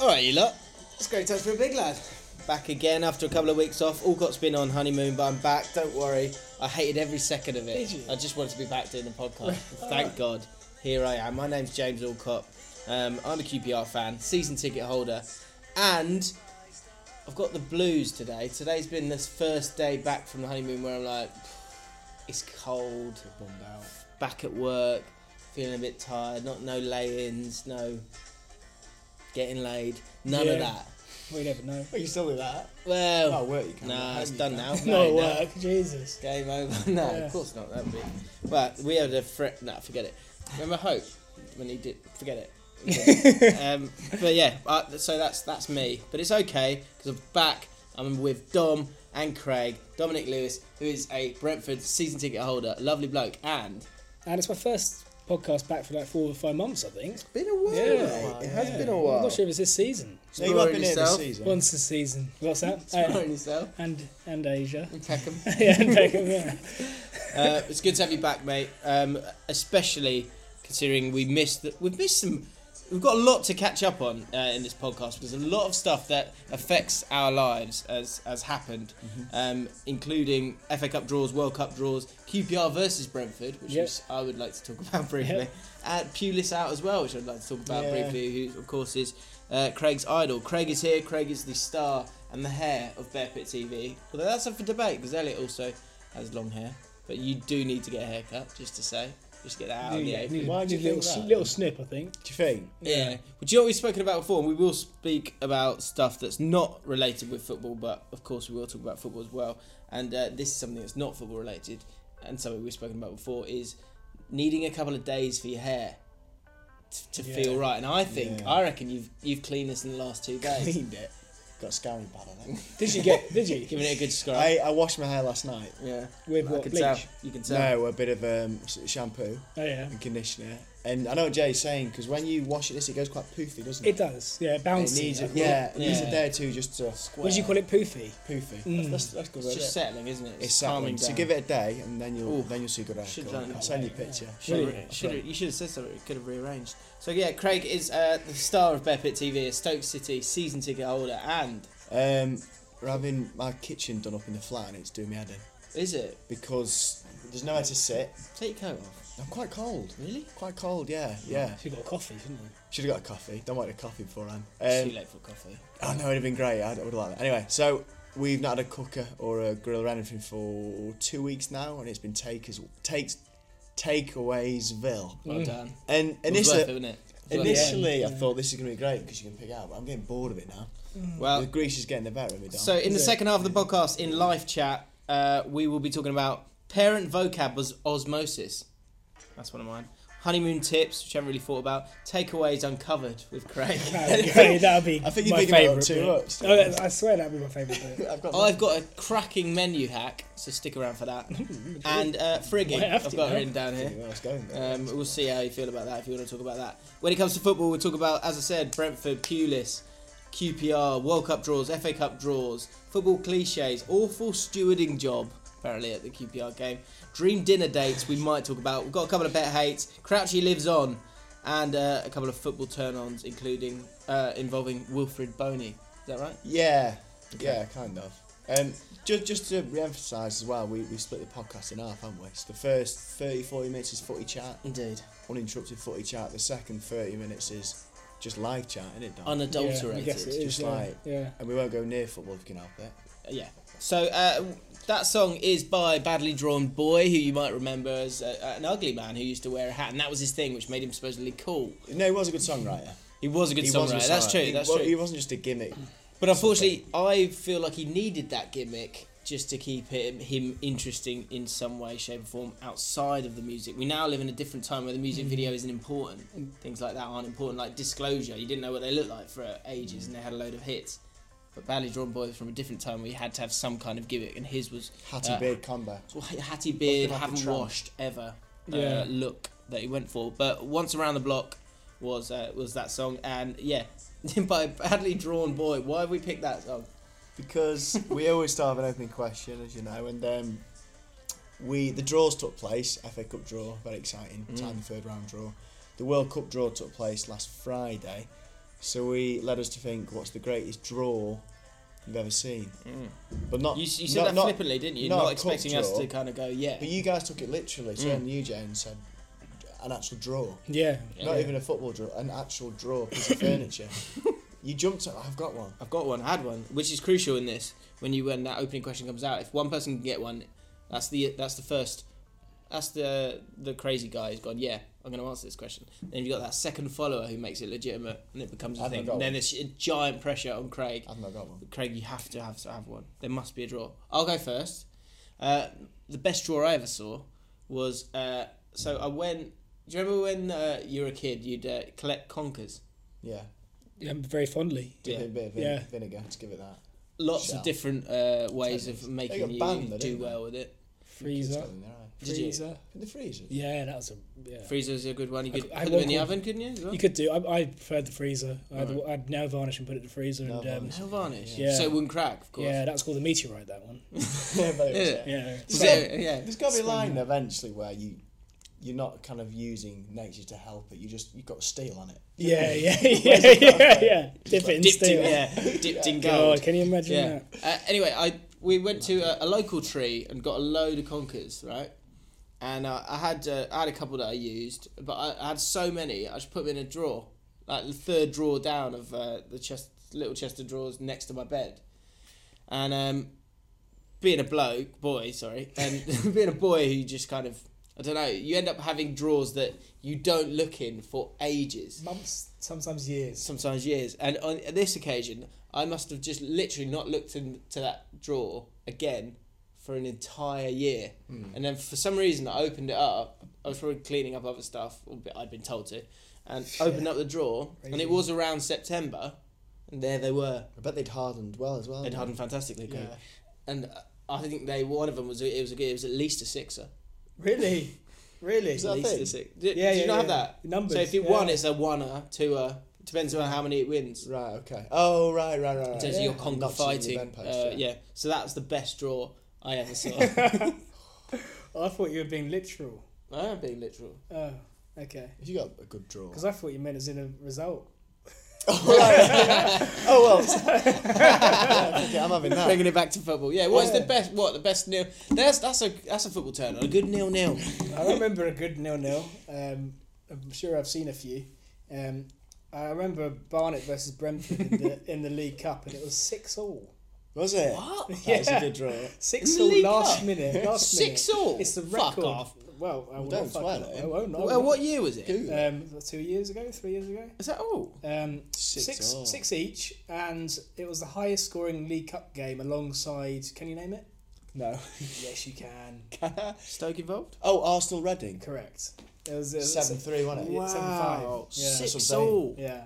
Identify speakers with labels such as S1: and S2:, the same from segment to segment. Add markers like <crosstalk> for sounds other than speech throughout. S1: All right, you lot. It's great times for a big lad. Back again after a couple of weeks off. All got's been on honeymoon, but I'm back. Don't worry. I hated every second of it.
S2: Did you?
S1: I just wanted to be back doing the <laughs> podcast. Thank God. Here I am. My name's James Alcott. Um, I'm a QPR fan, season ticket holder, and I've got the blues today. Today's been this first day back from the honeymoon where I'm like, it's cold. Back at work, feeling a bit tired. Not no lay-ins, no getting laid, none
S2: Yeah.
S1: of that.
S2: We never know.
S3: Well, you still do that.
S1: Well,
S3: Oh, work you can.
S1: Nah,
S3: Home
S1: it's
S3: you
S1: done
S2: <laughs>
S3: can.
S1: now.
S2: Not
S1: no,
S2: at
S1: no.
S2: work, Jesus.
S1: Game over. <laughs> No,
S2: Yeah.
S1: of course not. That'd be. But we had a threat. Nah, forget it. Remember Hope when he did? Forget it.
S3: <laughs>
S1: um, but yeah, uh, so that's that's me. But it's okay because I'm back. I'm with Dom and Craig, Dominic Lewis, who is a Brentford season ticket holder, lovely bloke, and
S2: And it's my first podcast back for like four or five months, I think.
S1: been a while.
S2: Yeah.
S1: It has been a
S2: I'm not sure if it's this season.
S3: So you up
S1: Exploring
S3: in here this
S1: yourself. <laughs>
S3: season.
S2: Once this season. What's that?
S1: Exploring
S2: Uh,
S1: yourself.
S2: and and
S3: <laughs>
S2: Asia.
S1: Peckham.
S2: <laughs> yeah, and Beckham, yeah.
S1: Uh, it's good to have you back, mate. Um, especially considering we missed that we've missed some. We've got a lot to catch up on uh, in this podcast because a lot of stuff that affects our lives has has happened,
S2: Mm-hmm.
S1: um, including FA Cup draws, World Cup draws, QPR versus Brentford, which
S2: Yep.
S1: is, I would like to talk <laughs> about briefly,
S2: Yep.
S1: and Pulis out as well, which I'd like to talk about
S3: Yeah.
S1: briefly. Who, of course, is uh, Craig's idol. Craig is here. Craig is the star and the hair of Bear Pit TV. Although that's up for debate because Elliot also has long hair, but you do need to get a haircut, just to say, just get that out of the apron.
S2: Need a-
S3: Why do you
S2: need a
S3: think
S2: little,
S3: that?
S2: little snip, I think.
S3: Do you think?
S1: Yeah. But do you know what we've spoken about before? And we will speak about stuff that's not related with football, but of course we will talk about football as well. And uh, this is something that's not football related, and something we've spoken about before is needing a couple of days for your hair t- to feel right. And I think,
S3: Yeah.
S1: I reckon you've you've cleaned this in the last two days.
S3: Cleaned it. Got a scouring pad on it.
S2: Did you get did
S3: <laughs>
S2: you?
S1: Giving it a good scrub.
S3: I, I washed my hair last night.
S1: yeah.
S2: With
S1: I
S2: what,
S1: can
S2: bleach?
S1: tell. You can tell.
S3: No, a bit of um, s- shampoo
S2: Oh yeah.
S3: and conditioner. And I know what Jay's saying because when you wash it, this it goes quite poofy, doesn't
S2: It
S3: it?
S2: does. Yeah, bouncy.
S3: needs
S2: like-
S3: it. Yeah, it needs
S1: Yeah.
S3: a day or two just to square.
S2: What did you call it, poofy? Hmm.
S3: Poofy. That's, that's good.
S1: It's
S3: isn't
S1: just
S3: it?
S1: settling, isn't it?
S3: Mm. It's
S1: calming
S3: calming. So
S1: down.
S3: give it a day, and then you'll
S1: Ooh.
S3: then you'll see a good
S1: Should've
S3: outcome.
S1: done it.
S3: I'll send you a picture.
S1: Should, should, you should have said something. It could have rearranged. So yeah, Craig is uh, the star of Bedford TV, a Stoke City season ticket holder, and
S3: Um, we're having my kitchen done up in the flat, and it's doing me head in
S1: is it?
S3: because there's nowhere to sit.
S1: Take your coat off.
S3: I'm quite cold.
S1: Really?
S3: Quite cold. Yeah, yeah.
S2: She got a coffee, didn't
S3: <laughs>
S2: you?
S3: Should have got a coffee. Don't want a coffee beforehand.
S1: It's
S3: Um,
S1: too late for coffee.
S3: I know it'd have been great. I would have liked that. Anyway, so we've not had a cooker or a grill or anything for two weeks now, and it's been takers takes takeawaysville. Mm.
S1: Well done.
S3: And
S1: It was
S3: initially,
S1: worth it, wasn't it? It was worth it.
S3: initially I thought this is gonna be great because you can pick out. But I'm getting bored of it now.
S1: Well,
S3: the grease is getting the better of me. Dom.
S1: So in the second half of the podcast, in live chat, uh, we will be talking about parent vocab was osmosis. That's one of mine. Honeymoon tips, which I haven't really thought about. Takeaways uncovered with Craig.
S2: Okay, that'll be
S3: I think you're
S2: my
S3: thinking
S2: favourite.
S3: about it too
S2: bit.
S3: much.
S1: Uh,
S2: Oh, that- I swear that'll be my favourite bit.
S3: I've got
S1: Oh, I've got a cracking menu hack, so stick around for
S2: <laughs>
S1: that. and uh, frigging,
S2: Might have
S1: I've
S2: to,
S1: got
S2: huh?
S1: written down here.
S3: where I was going. there.
S1: Um, we'll see how you feel about that if you want to talk about that. When it comes to football, we'll talk about, as I said, Brentford, Pulis, QPR, World Cup draws, FA Cup draws, football cliches, awful stewarding job, apparently, at the QPR game, dream dinner dates we might talk about. We've got a couple of bet hates, Crouchy lives on, and uh, a couple of football turn ons, including uh, involving Wilfred Boney. Is that right?
S3: Yeah, yeah, kind of. Um, just, just to re-emphasise as well, we, we split the podcast in half, haven't we? So the first 30, 40 minutes is footy chat,
S1: Indeed.
S3: uninterrupted footy chat. The second 30 minutes is just live chat, isn't it, Dan?
S1: Unadulterated.
S2: Yeah, I guess it is.
S3: just
S2: yeah,
S3: like-
S2: yeah.
S3: and we won't go near football if we can help it.
S1: yeah. So uh, that song is by Badly Drawn Boy, who you might remember as a, an ugly man who used to wear a hat, and that was his thing, which made him supposedly cool.
S3: No, he was a good songwriter.
S1: He was a good
S3: He was a
S1: songwriter.
S3: good
S1: That's
S3: songwriter.
S1: true.
S3: He,
S1: that's
S3: wa-
S1: true.
S3: He wasn't just a gimmick.
S1: but unfortunately, I feel like he needed that gimmick just to keep him, him interesting in some way, shape, or form outside of the music. We now live in a different time where the music video isn't important. Things like that aren't important, like Disclosure. You didn't know what they looked like for ages, and they had a load of hits. But Badly Drawn Boy was from a different time where you had to have some kind of gimmick, and his was
S3: Hat and
S1: uh,
S3: beard combo.
S1: well, Hattie Beard
S3: Like a
S1: haven't
S3: tramp.
S1: washed ever uh,
S2: Yeah.
S1: look that he went for. But once around the block was uh, was that song, and yeah, <laughs> by badly drawn boy. Why have we picked that song?
S3: because we always start with an opening question, as you know, and um, we the draws took place. FA Cup draw, very exciting.
S1: Mm.
S3: Time the third round draw. The World Cup draw took place last Friday, so we led us to think, what's the greatest draw you've ever seen? But not
S1: Mm. You, you said
S3: not-
S1: that
S3: not-
S1: flippantly, didn't you?
S3: not
S1: Not,
S3: a cup
S1: expecting us
S3: draw,
S1: to kind of Mm. go, yeah.
S3: But you guys took it literally. Certainly, you Jane said an actual draw.
S2: Yeah.
S3: Not even a football draw, an actual draw
S1: <coughs>
S3: piece of furniture. You jumped at. I've got one.
S1: I've got one, I had one, which is crucial in this. When you when that opening question comes out, if one person can get one, that's the that's the first, that's the the crazy guy who's gone. Yeah, I'm going to answer this question. Then you've got that second follower who makes it legitimate, and it becomes a
S3: I've not
S1: thing.
S3: got
S1: Then
S3: one.
S1: there's a giant pressure on Craig.
S3: I've not got one.
S1: Craig, you have to have to have one. There must be a draw. I'll go first. Uh, the best draw I ever saw was uh, so I went. Do you remember when uh, you were a kid? You'd uh, collect conkers.
S3: Yeah.
S2: yeah. Very fondly.
S3: Dip it in a bit of vin-
S2: Yeah.
S3: vinegar to give it that.
S1: lots
S3: Shell.
S1: of different uh, ways of
S3: got
S1: making you
S3: banned, though,
S1: do
S3: didn't they?
S1: well with it.
S3: Kids
S2: Freezer.
S3: got them in their eye.
S1: Did you?
S2: Freezer.
S3: In the freezer.
S2: Yeah, that was a. Yeah.
S1: Freezer's a good one. You could
S2: I
S1: put
S2: walk
S1: them in the
S2: on-
S1: oven, couldn't you? as well?
S2: You could do. I, I preferred the freezer. I had, the- I had nail varnish and put it in the freezer.
S3: Nail
S2: and um,
S3: varnish.
S1: Nail varnish.
S2: Yeah.
S1: So it wouldn't crack, of course.
S2: yeah, that was called the meteorite. That one.
S3: <laughs> Yeah, but it was, yeah.
S2: <laughs> Yeah.
S1: So, yeah.
S3: There's got to be a line eventually where you you're not kind of using nature to help it. You just you've got to steal on it.
S2: Yeah, yeah, yeah, yeah, yeah. Dip it in
S1: Dipped
S2: steel.
S1: in, yeah. Dipped in gold.
S2: God, can you imagine
S1: yeah.
S2: that?
S1: Uh, anyway, I we went to a, a local tree and got a load of conkers, right? And uh, I had uh, I had a couple that I used, but I, I had so many I just put them in a drawer, like the third drawer down of uh, the chest, little chest of drawers next to my bed. And um, being a bloke, boy, sorry, and <laughs> being a boy who just kind of I don't know, you end up having drawers that you don't look in for ages
S2: Months, sometimes years.
S1: sometimes years. And on this occasion, I must have just literally not looked into that drawer again for an entire year.
S2: Hmm.
S1: And then for some reason, I opened it up. I was probably cleaning up other stuff, or bit I'd been told to, and opened up the drawer. And it was around September, and there they were.
S2: Oh
S3: I bet they'd hardened well as well.
S1: They'd hardened fantastically, Craig. And uh, I think they one of them was it was a, it was at least a sixer.
S2: Really, really.
S3: that
S1: At least
S3: thing?
S1: a six. Did,
S2: Yeah,
S1: did you
S2: yeah,
S1: not have
S2: yeah.
S1: that?
S2: Numbers,
S1: So if it won,
S2: yeah.
S1: it's a one-er, two-er. Depends on how many it wins.
S3: Right. Okay. Oh, right, right, right. right.
S1: So your
S3: Notch
S1: conga
S3: in
S1: fighting.
S3: event post,
S1: uh, yeah. so that's the best draw I ever saw.
S2: I thought you were being literal.
S1: I am being literal.
S2: Oh, okay.
S3: Have you got a good draw?
S2: Because I thought you meant as in a result.
S3: Oh well. <laughs> Yeah, okay, I'm having
S1: <laughs> <laughs>
S3: that.
S1: Bringing it back to football. Yeah, what's the best? What the best nil? That's that's a that's a football turn. A good nil nil.
S2: I remember a good nil nil. Um, I'm sure I've seen a few. Um, I remember Barnet versus Brentford in the, in the League Cup, and it was six all.
S3: Was it?
S1: What?
S3: <laughs> That's a good draw.
S2: Six
S1: In the
S2: all
S1: League
S2: last
S1: Cup?
S2: minute. Last
S1: Six
S2: minute.
S1: all?
S2: It's the
S1: Fuck
S2: record.
S1: off.
S2: Well, I will
S3: don't
S2: not fuck
S3: swear
S2: off.
S3: at him.
S2: I won't. I
S1: Well,
S2: won't.
S1: what year was it?
S2: Um, two years ago, three years ago.
S1: Is that all?
S2: Um,
S3: Six
S2: six,
S3: all.
S2: six each, and it was the highest scoring League Cup game alongside. Can you name it?
S3: No.
S2: Yes, you
S3: <laughs>
S2: can.
S1: Stoke involved?
S3: Oh, Arsenal Reading.
S2: Correct. It was, it was
S3: Seven three, wasn't it?
S2: Wow. Seven five. Yeah.
S3: That's what I'm
S1: Six
S3: saying.
S1: all.
S2: Yeah.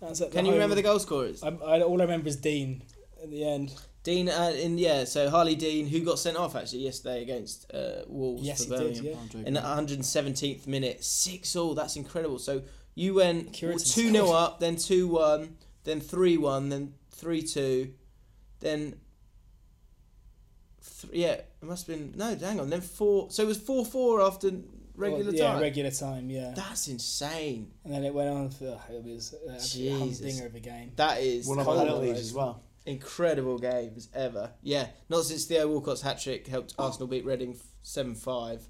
S2: That's at the
S1: Can you
S2: home-
S1: remember the goal scorers?
S2: I, I, all I remember is Dean at the end.
S1: Dean uh, in yeah, so Harley Dean, who got sent off actually yesterday against uh, Wolves
S2: Yes,
S1: for
S2: he did,
S1: Birmingham
S3: yeah.
S1: in the 117th minute, six all. That's incredible. So you went
S2: Curious.
S1: two 0 up, then two one, then 3 1, then 3 2, then. Th- yeah, it must have been. No, hang on. Then 4. So it was 4 4 after regular
S2: Well, yeah,
S1: time.
S2: regular time, yeah.
S1: That's insane.
S2: and then it went on for oh, it was uh, a absolute
S1: Jesus.
S2: humdinger of a game.
S1: That is
S3: One of
S1: cold.
S3: our penalties as well.
S1: incredible games ever. Yeah, not since Theo Walcott's hat trick helped Arsenal beat Reading seven five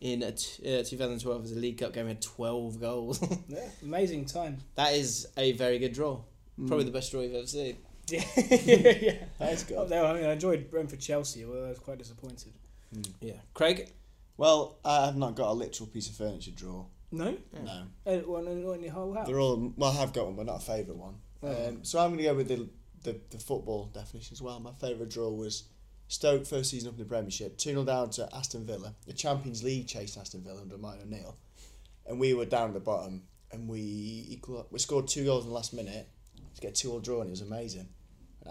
S1: in a t- uh, 2012 as a League Cup game. Had 12 goals. <laughs>
S2: Yeah, amazing time. <laughs>
S1: that is a very good draw. Probably the best draw you've ever seen.
S2: yeah, yeah.
S3: That's
S2: Oh,
S3: good.
S2: no, I mean, I enjoyed Brentford Chelsea, although I was quite disappointed.
S1: Yeah, Craig.
S3: Well, I've not got a literal piece of furniture draw.
S2: No,
S3: No.
S2: Uh, well, no, not in your whole house.
S3: They're all well. I have got one, but not a favourite one.
S2: Oh.
S3: Um, so I'm going to go with the, the the football definition as well. My favourite draw was Stoke first season up in the Premiership, two 0 down to Aston Villa. The Champions League chased Aston Villa under Mike O'Neill, and we were down at the bottom, and we equal we scored two goals in the last minute to get a two all draw, and it was amazing,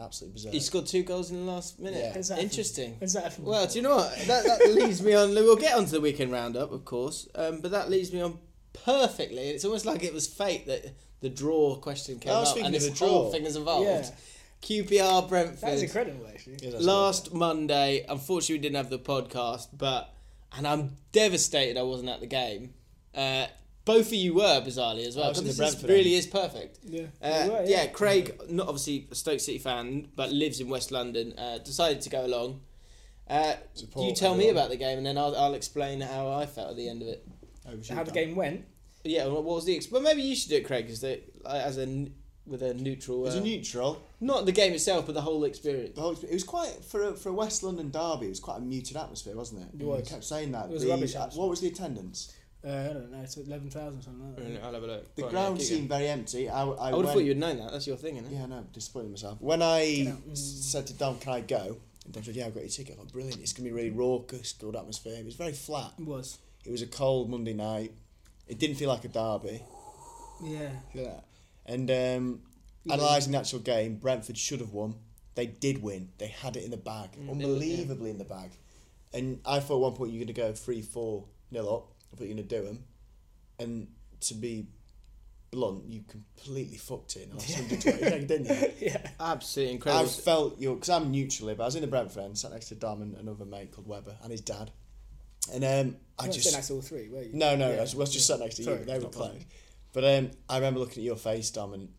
S3: absolutely bizarre.
S1: He scored two goals in the last minute.
S3: Yeah.
S2: Exactly.
S1: Interesting.
S2: Is that from-
S1: Well, do you know what? That, that leads me on. We'll get onto the weekend roundup, of course, um, but that leads me on perfectly. It's almost like it was fate that the draw question came
S3: I was
S1: up and
S3: thinking of
S1: this
S3: a draw.
S1: whole thing is involved.
S2: Yeah.
S1: QPR Brentford.
S2: that was incredible, actually.
S3: Yeah, that's
S1: last Monday, unfortunately, we didn't have the podcast, but and I'm devastated I wasn't at the game. Uh, both of you were bizarrely as well.
S3: I
S1: but
S3: was
S1: Oh,
S3: in the
S1: this is-
S3: Brentford
S1: really
S3: end.
S1: is perfect.
S2: Yeah.
S1: Uh,
S2: You were,
S1: yeah.
S2: yeah.
S1: Craig, not obviously a Stoke City fan, but lives in West London, uh, decided to go along. Uh,
S3: Support
S1: you tell me
S3: everyone.
S1: about the game, and then I'll, I'll explain how I felt at the end of it.
S3: good. Overshoot
S2: How the
S3: that.
S2: game went?
S1: Yeah, well, what was the? Ex- well, maybe you should do it, Craig, as the like, as a n- with a neutral.
S3: It was
S1: uh,
S3: a neutral.
S1: not the game itself, but the whole experience.
S3: The whole, it was quite for a, for a West London derby. It was quite a muted atmosphere, wasn't it?
S2: It was.
S3: We kept saying that.
S2: It was
S3: The- uh,
S2: rubbish
S3: what was the attendance?
S2: Uh, I don't know, it's 11,000 or something like that.
S1: I'll have a look.
S3: The
S1: Go on, yeah,
S3: ground
S1: keep going.
S3: seemed very empty. I, I,
S1: I would have
S3: went-
S1: thought you'd known that. That's your thing, isn't it?
S3: Yeah, no, disappointed in myself. mm. When I
S2: out.
S3: s- said to Dom, "Can I go?" and Dom said, "Yeah, I've got your ticket." I thought, "Brilliant! It's gonna be really raucous, good atmosphere." It was very flat.
S2: It was.
S3: It was a cold Monday night. It didn't feel like a derby.
S2: Yeah.
S3: Feel that? And um, analysing the actual game, Brentford should have won. They did win. They had it in the bag, unbelievably in the bag. And I thought at one point you're gonna go three, four, nil up. I thought you're gonna do them. And to be blunt, you completely fucked it in the last 120 seconds, didn't you?
S1: Absolutely
S3: I
S1: incredible.
S3: felt your because I'm neutral here, but I was in the Brentford end, sat next to Dom and another mate called Weber and his dad, and um, I
S2: I
S3: just
S2: just that's all three, were you?
S3: no, no, I was I was just sat next to
S2: Sorry,
S3: you. They were
S2: not
S3: close. But um, I remember looking at your face, Dom, and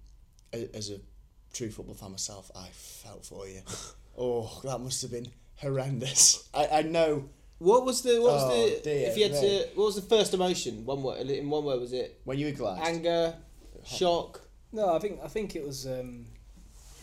S3: a- as a true football fan myself, I felt
S2: <laughs>
S3: for you. oh, that must have been horrendous. I, I know
S1: what was the what was
S3: Oh,
S1: the
S3: dear
S1: if you had to
S3: me.
S1: what was the first emotion? One word in one word was it
S3: when you were glad.
S1: anger, shock?
S2: No, I think I think it was. Um,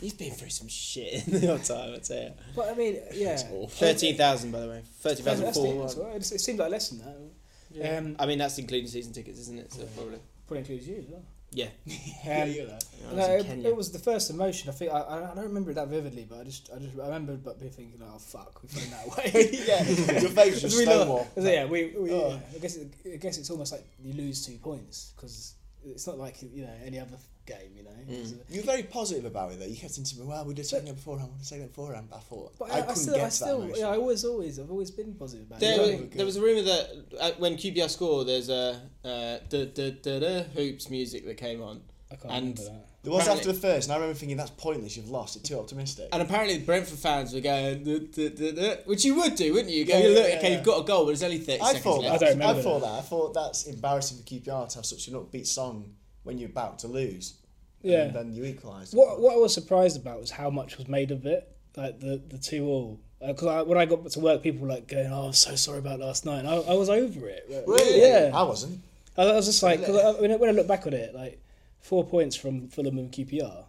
S1: You've been through some shit in your time. I tell you.
S2: but I
S3: <laughs>
S2: mean, yeah.
S1: Thirteen thousand, by the way. Thirteen
S2: That's-
S1: thousand
S2: that's-
S1: four.
S2: that's all right. It's- It seemed like less than that. Um,
S1: I mean, that's including season tickets, isn't it? So probably.
S2: probably includes you as well.
S1: Yeah.
S3: <laughs> Yeah,
S2: Um,
S3: you're there.
S1: I
S2: No,
S1: was in
S2: it,
S1: Kenya.
S2: it was the first emotion. I think I, I, I don't remember it that vividly, but I just I just I remembered but be thinking, oh fuck, we found that way.
S3: <laughs>
S2: <laughs>
S3: yeah, <laughs> your face was
S2: We lo-
S3: stonewall.
S2: so, yeah, we, we
S3: Oh.
S2: yeah, I guess it, I guess it's almost like you lose two points because it's not like you know any other game, you know. It's a-
S3: You were very positive about it though. You kept into me, well, we'd have taken it beforehand, we'd have taken it beforehand. I thought
S2: But
S3: I,
S2: I, I,
S3: couldn't
S2: still,
S3: get
S2: I
S3: to that
S2: still,
S3: emotion.
S2: yeah, I always, always, I've always been positive about
S1: There,
S2: it.
S3: were
S1: was, there was a rumor that uh, when QPR scored, there's a uh, da, da, da, da, hoops music that came on,
S2: I can't
S1: and-
S2: remember that.
S3: There was
S1: Apparently-
S3: after the first, and I remember thinking that's pointless. You've lost. It's too optimistic.
S1: and apparently the Brentford fans were going, "Da, da, da, da," which you would do, wouldn't you? You Go,
S3: Yeah, yeah,
S1: look,
S3: yeah,
S1: okay,
S3: yeah.
S1: you've got a goal, but there's only thirty
S3: I
S1: seconds
S3: thought
S1: left.
S3: that. I,
S2: I don't remember
S3: thought
S2: that.
S3: that. I thought that's embarrassing for QPR to have such an upbeat song when you're about to lose.
S2: Yeah.
S3: And then you equalise.
S2: What what I was surprised about was how much was made of it, like the the two all. Because I, when I got to work, people were like going, "Oh, I'm so sorry about last night." And I, I was over it.
S3: Really?
S2: Yeah.
S3: I wasn't.
S2: I, I was just like, 'cause I, when, I, when I look back on it, like four points from Fulham and QPR.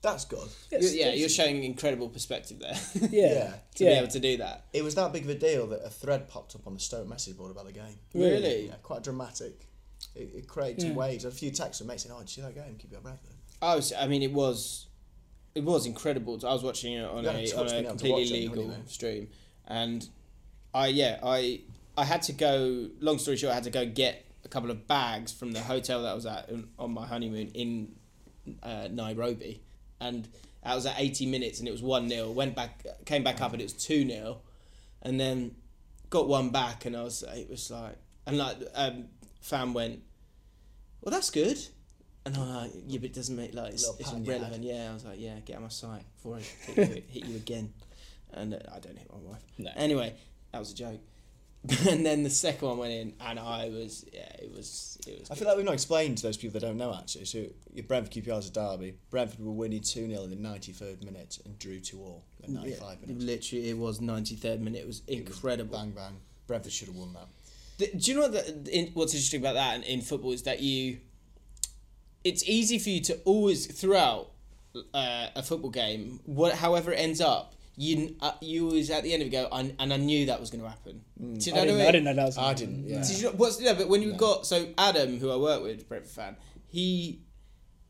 S3: That's good.
S2: It's-
S1: You're- yeah, you're showing incredible perspective there <laughs> to
S2: yeah,
S3: Yeah.
S2: yeah.
S1: be able to do that.
S3: It was that big of a deal that a thread popped up on the Stoke message board about the game.
S1: Really?
S3: Yeah, quite dramatic. It, it created some waves. A few texts from mates saying, "Oh, did you see that game? QPR Bradford."
S1: I was, I mean, it was, it was incredible. I was watching it on
S3: You had
S1: a,
S3: a
S1: on
S3: touch
S1: a
S3: being able to
S1: completely
S3: watch it,
S1: legal
S3: wouldn't you, mate?
S1: stream, and I, yeah, I, I had to go. Long story short, I had to go get a couple of bags from the hotel that I was at in- on my honeymoon in uh, Nairobi, and that was at 80 minutes, and it was one 0 Went back, came back up, and it was two 0 and then got one back, and I was, it was like, and like, um, fan went, well, that's good. And I'm like, yeah, but it doesn't make like it's,
S3: Little
S1: it's
S3: pan you
S1: irrelevant. Yeah, I was like, yeah, get on my site before I hit you, hit you again. And uh, I don't hit my wife.
S4: No.
S1: Anyway, that was a joke. <laughs> and then the second one went in, and I was yeah, it was it was.
S3: I
S1: good.
S3: feel like we've not explained to those people that don't know actually. So your Brentford QPR is a derby. Brentford were winning 2 0 in the 93rd minute and drew 2 all in the 95
S1: Yeah,
S3: minutes.
S1: Literally, it was 93rd minute. It was incredible.
S3: Bang, bang. Brentford should have won that.
S1: The- do you know that in, what's interesting about that in, in football is that you, it's easy for you to always throughout uh, a football game, what however it ends up, you uh, you always at the end of it go, I, and I knew that was going to happen. Did
S2: Mm. I didn't,
S1: know
S2: I
S1: it?
S2: didn't know that was.
S3: I didn't, yeah.
S1: Did you know, what's yeah? But when you got so Adam, who I work with, Brentford fan, he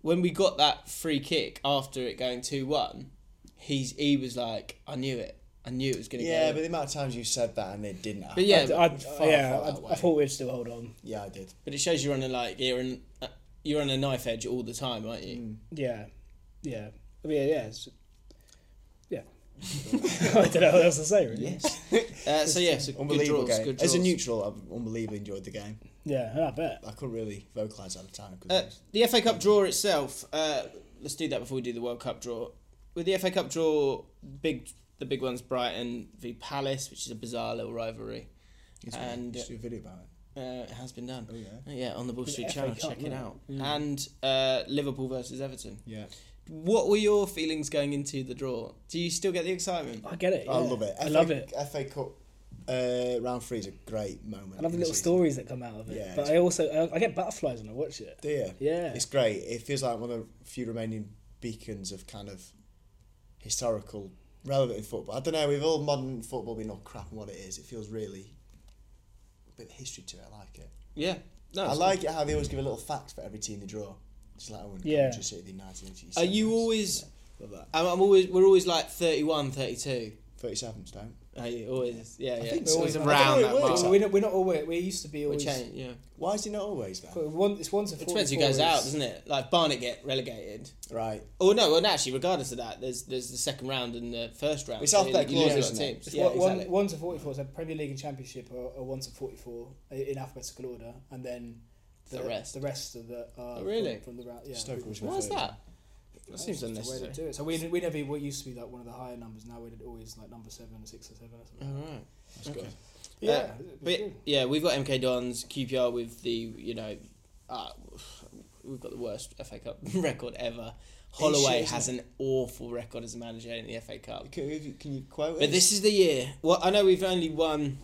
S1: when we got that free kick after it going two one, he's he was like, I knew it, I knew it was going to go.
S3: Yeah,
S1: in."
S3: but the amount of times you said that and they didn't happen.
S1: yeah,
S2: I, I, yeah,
S3: felt that
S2: I, I
S3: way.
S2: thought we'd still hold on.
S3: Yeah, I did.
S1: But it shows you're on a like you're on uh, you're on a knife edge all the time, aren't you?
S3: Mm.
S2: Yeah, yeah, I mean, yeah, it's, yeah. <laughs> I don't know what else to say. Really.
S1: Uh, so yes, yeah, so good
S3: Unbelievable
S1: draws.
S3: game.
S1: Good draws.
S3: As a neutral, I've unbelievably enjoyed the game.
S2: Yeah, and I bet.
S3: I couldn't really vocalise at the time. 'cause
S1: Uh,
S3: it was-
S1: the FA Cup draw itself. Uh, let's do that before we do the World Cup draw. With the FA Cup draw, big the big ones: Brighton v Palace, which is a bizarre little rivalry.
S3: it's
S1: and-
S3: just do a video about it.
S1: Uh, it has been done.
S3: Oh, yeah.
S1: yeah, on the Bull Street
S2: FA
S1: Channel.
S2: Cup,
S1: check it
S2: wasn't it?
S1: out. And uh, Liverpool versus Everton.
S3: Mm. Yeah.
S1: What were your feelings going into the draw? Do you still get the excitement?
S2: I get it.
S3: I
S2: yeah.
S3: love it.
S2: I
S3: FA
S2: love it.
S3: FA Cup uh, round three is a great moment.
S2: I love the
S3: in
S2: little
S3: season.
S2: stories that come out of it.
S3: Yeah,
S2: but
S3: it's-
S2: I also I, I get butterflies when I watch it.
S3: Do you?
S2: Yeah.
S3: It's great. It feels like one of the few remaining beacons of kind of historical relevant in football. I don't know, with all modern football being all crap and what it is, it feels really a bit of history to it. I like it.
S1: Yeah. No,
S3: I
S1: it's
S3: like it how they always give a little fact for every team they draw. Just like oh, when
S2: Yeah.
S3: yeah. Coventry City in 1987.
S1: Are you always?
S3: Love that.
S1: I'm, I'm always. We're always like 31, 32.
S3: 37 stone.
S1: Are you always? Yeah, yeah.
S3: think
S1: It's
S3: so.
S1: always
S3: I don't
S1: around that
S3: know it
S1: mark.
S3: works.
S2: Well, we're, not, we're not always. We used to be
S1: We
S2: always.
S1: change, yeah.
S3: Why is he not always there?
S2: One, it's one to
S1: It depends who
S2: 44
S1: goes out,
S2: is-
S1: doesn't it? Like Barnet get relegated.
S3: Right.
S1: Oh no! Well, actually, regardless of that, there's there's the second round and the first round.
S3: It's
S1: so
S3: alphabet
S1: you lose
S3: clause,
S1: a lot of
S3: isn't it?
S1: teams.
S2: It's
S1: Yeah,
S2: one, one-
S1: exactly.
S2: one to 44, so Premier League and Championship are, are 1 to 44 i- in alphabetical order, and then
S1: The rest.
S2: the rest of the are
S1: Oh, really?
S2: from, from the round. Yeah,
S3: Stoke was
S1: Why is
S3: third.
S1: that? That
S2: That's
S1: seems
S2: just the way they
S1: unnecessary.
S2: do it. So we, we never we used to be like one of the higher numbers. Now we're always like number seven, six or seven or something.
S1: All
S3: Mm-hmm.
S1: right.
S3: That's good.
S2: Yeah,
S1: Uh,
S2: it was
S1: but
S2: good.
S1: yeah, we've got MK Dons, QPR with the you know, uh, we've got the worst FA Cup <laughs> record ever. Holloway
S3: isn't
S1: has an awful record as a manager in the FA Cup.
S3: Can you, can you quote
S1: But this is the year. Well, I know we've only won.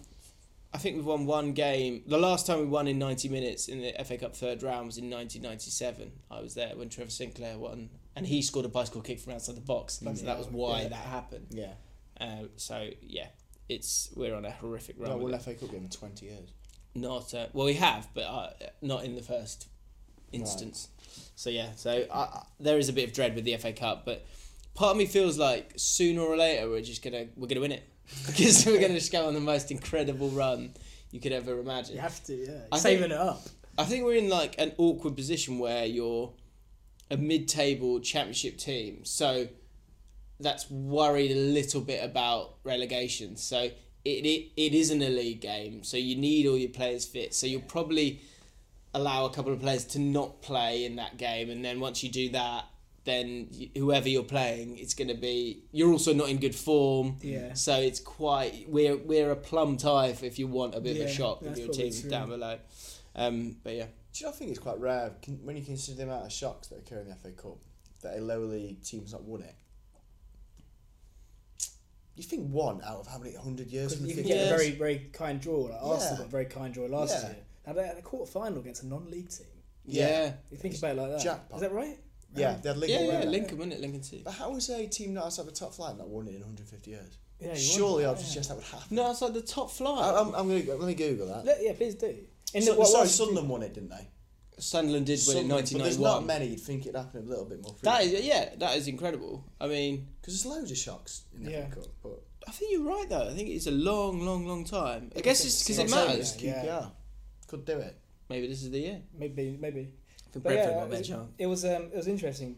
S1: I think we've won one game. The last time we won in 90 minutes in the FA Cup third round was in 1997. I was there when Trevor Sinclair won, and he scored a bicycle kick from outside the box. So that was why
S3: Yeah.
S1: that happened.
S3: Yeah.
S1: Uh, so yeah, it's we're on a horrific run.
S3: Not
S1: with
S3: won
S1: it.
S3: an FA Cup game in 20 years.
S1: Not uh, well, we have, but uh, not in the first instance. So yeah, so I, I- there is a bit of dread with the FA Cup, but part of me feels like sooner or later we're just gonna we're gonna win it <laughs> because we're gonna just go on the most incredible run you could ever imagine.
S2: You have to, yeah.
S1: I
S2: Saving
S1: think-
S2: it up.
S1: I think we're in like an awkward position where you're a mid-table championship team, so that's worried a little bit about relegation. So it, it it isn't a league game, so you need all your players fit. So you'll probably allow a couple of players to not play in that game, and then once you do that, then y- whoever you're playing, it's going to be you're also not in good form.
S2: Yeah.
S1: So it's quite we're we're a plum tie if, if you want a bit of a
S2: Yeah,
S1: shock with
S2: that's
S1: your
S2: probably
S1: team
S2: true.
S1: down below. Um, but yeah.
S3: Do you not think it's quite rare con- when you consider the amount of shocks that occur in the FA Cup that a lower league team's not won it? You think one out of how many hundred years?
S2: You can
S3: 150
S2: get
S1: Yes.
S2: a very, very kind draw. Like Arsenal
S3: Yeah.
S2: got a very kind draw last
S3: Yeah.
S2: year. Now they had a quarter final against a non-league team.
S1: Yeah. Yeah,
S2: You think about it like that. Is
S3: Jackpot.
S2: that right?
S3: Yeah, they had
S1: yeah,
S3: Lincoln. winning that.
S1: Lincoln, wasn't it? Lincoln City.
S3: But how is a team not outside the top flight not won it in 150 years?
S2: Yeah, you
S3: Surely I'd suggest that would happen.
S1: No, outside the top
S3: I,
S1: flight.
S3: I'm, I'm going to I'm gonna Google that.
S2: Le- yeah, please do. In
S3: So-
S2: what
S3: sorry,
S2: was-
S3: Sunderland won it, didn't they?
S1: Sunderland did win in
S3: Sunderland, but there's
S1: 1991.
S3: not many. You'd think it'd happen a little bit more.
S1: That is, yeah, that is incredible. I mean,
S3: because there's loads of shocks in the
S2: Yeah.
S3: FA Cup. But
S1: I think you're right though. I think it's a long, long, long time. I guess it's because it matters.
S2: yeah.
S3: QPR could do it.
S1: Maybe this is the year.
S2: maybe, maybe.
S1: For
S2: But
S1: Brentford,
S2: yeah,
S1: not their
S2: it,
S1: chance.
S2: it was um, it was interesting.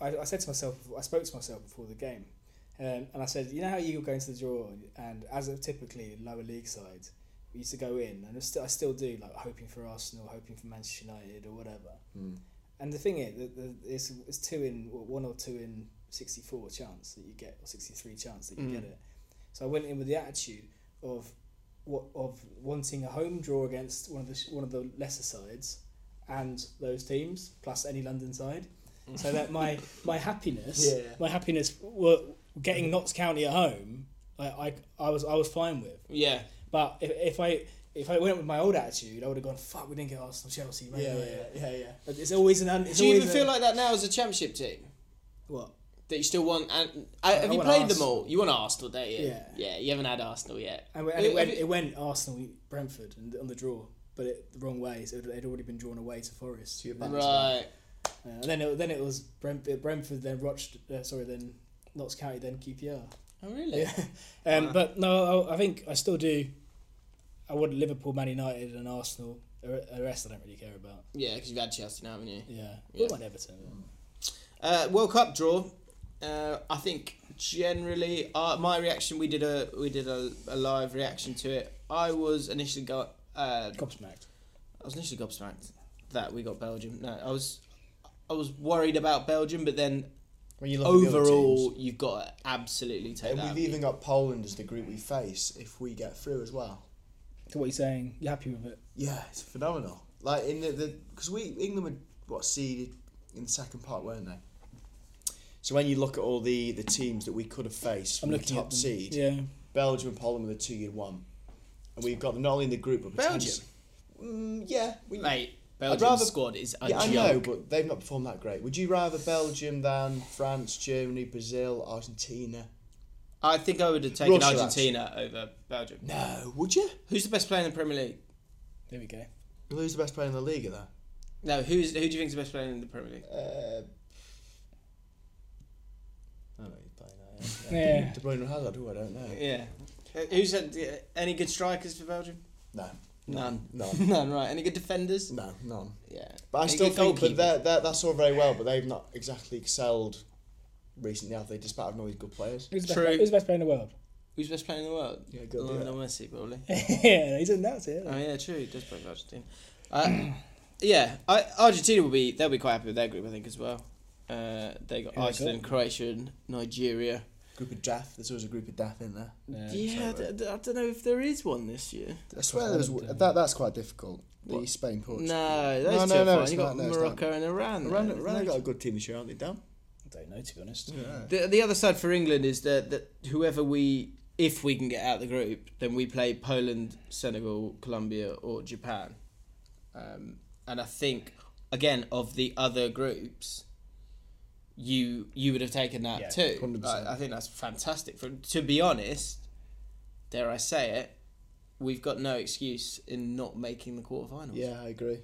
S2: I, I said to myself, I spoke to myself before the game, um, and I said, you know how you go into the draw, and as of typically lower league sides,
S1: Hmm.
S2: we used to go in, and I still, I still do, like hoping for Arsenal, hoping for Manchester United or whatever. And the thing is, the, the, it's, it's two in well, one or two in sixty four chance that you get, or sixty three chance that you get it. So I went in with the attitude of what of wanting a home draw against one of the sh- one of the lesser sides and those teams plus any London side. So that my my happiness,
S3: Yeah.
S2: my happiness, were getting Notts County at home. I, I, I was I was fine with.
S1: Yeah.
S2: But if, if I if I went with my old attitude, I would have gone. Fuck, we didn't get Arsenal, Chelsea. Man,
S3: Yeah,
S2: United."
S3: yeah, yeah, yeah.
S2: But It's always an. un- It's
S1: Do you
S2: always
S1: even
S2: a-
S1: feel like that now as a championship team?
S2: what?
S1: That you still want? And uh, have you
S2: want
S1: played them
S2: Arsenal.
S1: all? You want Arsenal, don't you?
S2: Yeah.
S1: Yeah. You haven't had Arsenal yet.
S2: And, we- and it,
S1: Have
S2: went,
S1: you-
S2: it went Arsenal Brentford and on the draw, but it, the wrong way. So it had already been drawn away to Forest.
S3: you're back.
S1: Right.
S2: Uh, and then it, then it was Brent, Brentford, then Rochester. Uh, sorry, then Notts County, then QPR.
S1: Oh really?
S2: <laughs> Um, But no, I, I think I still do. I would Liverpool, Man United, and Arsenal. The the rest I don't really care about.
S1: Yeah, because you've had Chelsea now, haven't you?
S2: Yeah,
S1: Yeah.
S2: we won Everton.
S1: Uh, World Cup draw. Uh, I think generally uh, my reaction. We did a we did a, a live reaction to it. I was initially go. Uh,
S2: Gobsmacked.
S1: I was initially gobsmacked that we got Belgium. No, I was I was worried about Belgium, but then
S3: When you look at the other
S1: overall
S3: teams.
S1: you've got to absolutely take
S3: and
S1: that.
S3: we've even got Poland as the group we face if we get through as well.
S2: So what are you saying? You happy with it?
S3: Yeah, it's phenomenal. Like in the the because we England were what seeded in the second part, weren't they? So when you look at all the the teams that we could have faced,
S2: I'm
S3: from the
S2: looking
S3: top
S2: at them.
S3: seed.
S2: Yeah.
S3: Belgium and Poland were the two you'd won, and we've got them not only in the group but
S1: Belgium?
S3: potentially- Mm, yeah, we,
S1: Mate, Belgium's
S3: rather-
S1: squad is a
S3: yeah, I
S1: joke.
S3: know, but they've not performed that great. Would you rather Belgium than France, Germany, Brazil, Argentina?
S1: I think I would have taken
S3: Russia,
S1: Argentina over Belgium.
S3: No, would you?
S1: Who's the best player in the Premier League?
S2: There we go.
S3: Who's the best player in the league? Though
S1: No, who's who do you think is the best player in the Premier League?
S3: Uh, I don't know you're playing that.
S2: Yeah.
S3: De Bruyne or Hazard? Who I don't know.
S1: Yeah. Uh, Who's had, uh, any good strikers for Belgium?
S3: No,
S1: None. <laughs>
S3: none,
S1: None, right. Any good defenders?
S3: no, none.
S1: Yeah.
S3: But I
S1: Any
S3: still
S1: good
S3: think,
S1: goalkeepers?
S3: but they're, they're, that's all very well, but they've not exactly excelled recently, have they? Despite having all these good players.
S2: Who's the,
S1: True.
S2: Best, who's the best player in the world? <laughs>
S1: Who's the best player in the world?
S3: Yeah, good.
S1: Lionel Messi,
S3: <laughs>
S1: probably.
S2: yeah, he's in that it.
S1: Oh yeah, true. He does play for Argentina. Uh, <clears throat> yeah, I, Argentina will be. They'll be quite happy with their group, I think, as well. Uh, they got
S2: Yeah, they
S1: Iceland,
S2: got-
S1: Croatia, and Nigeria.
S3: Group of death. There's always a group of death in there.
S1: Yeah, I d- d- I don't know if there is one this year.
S3: I swear there's that. That's quite difficult. The Spain
S1: No,
S3: Portugal.
S1: those two
S3: no,
S1: are
S3: no,
S1: fine.
S3: it's
S1: You
S3: not,
S1: got
S3: no, it's not.
S1: Morocco and Iran. there.
S3: Iran,
S1: There's
S3: Iran
S1: no-
S3: have got a good team this year, aren't they? Dan?
S2: I don't know to be honest.
S1: The, the other side for England is that, that whoever we, if we can get out of the group, then we play Poland, Senegal, Colombia, or Japan. Um, and I think, again, of the other groups, you you would have taken that
S2: Yeah,
S1: too.
S3: 100%.
S1: I, I think that's fantastic. For to be honest, dare I say it, we've got no excuse in not making the quarterfinals.
S3: Yeah, I agree.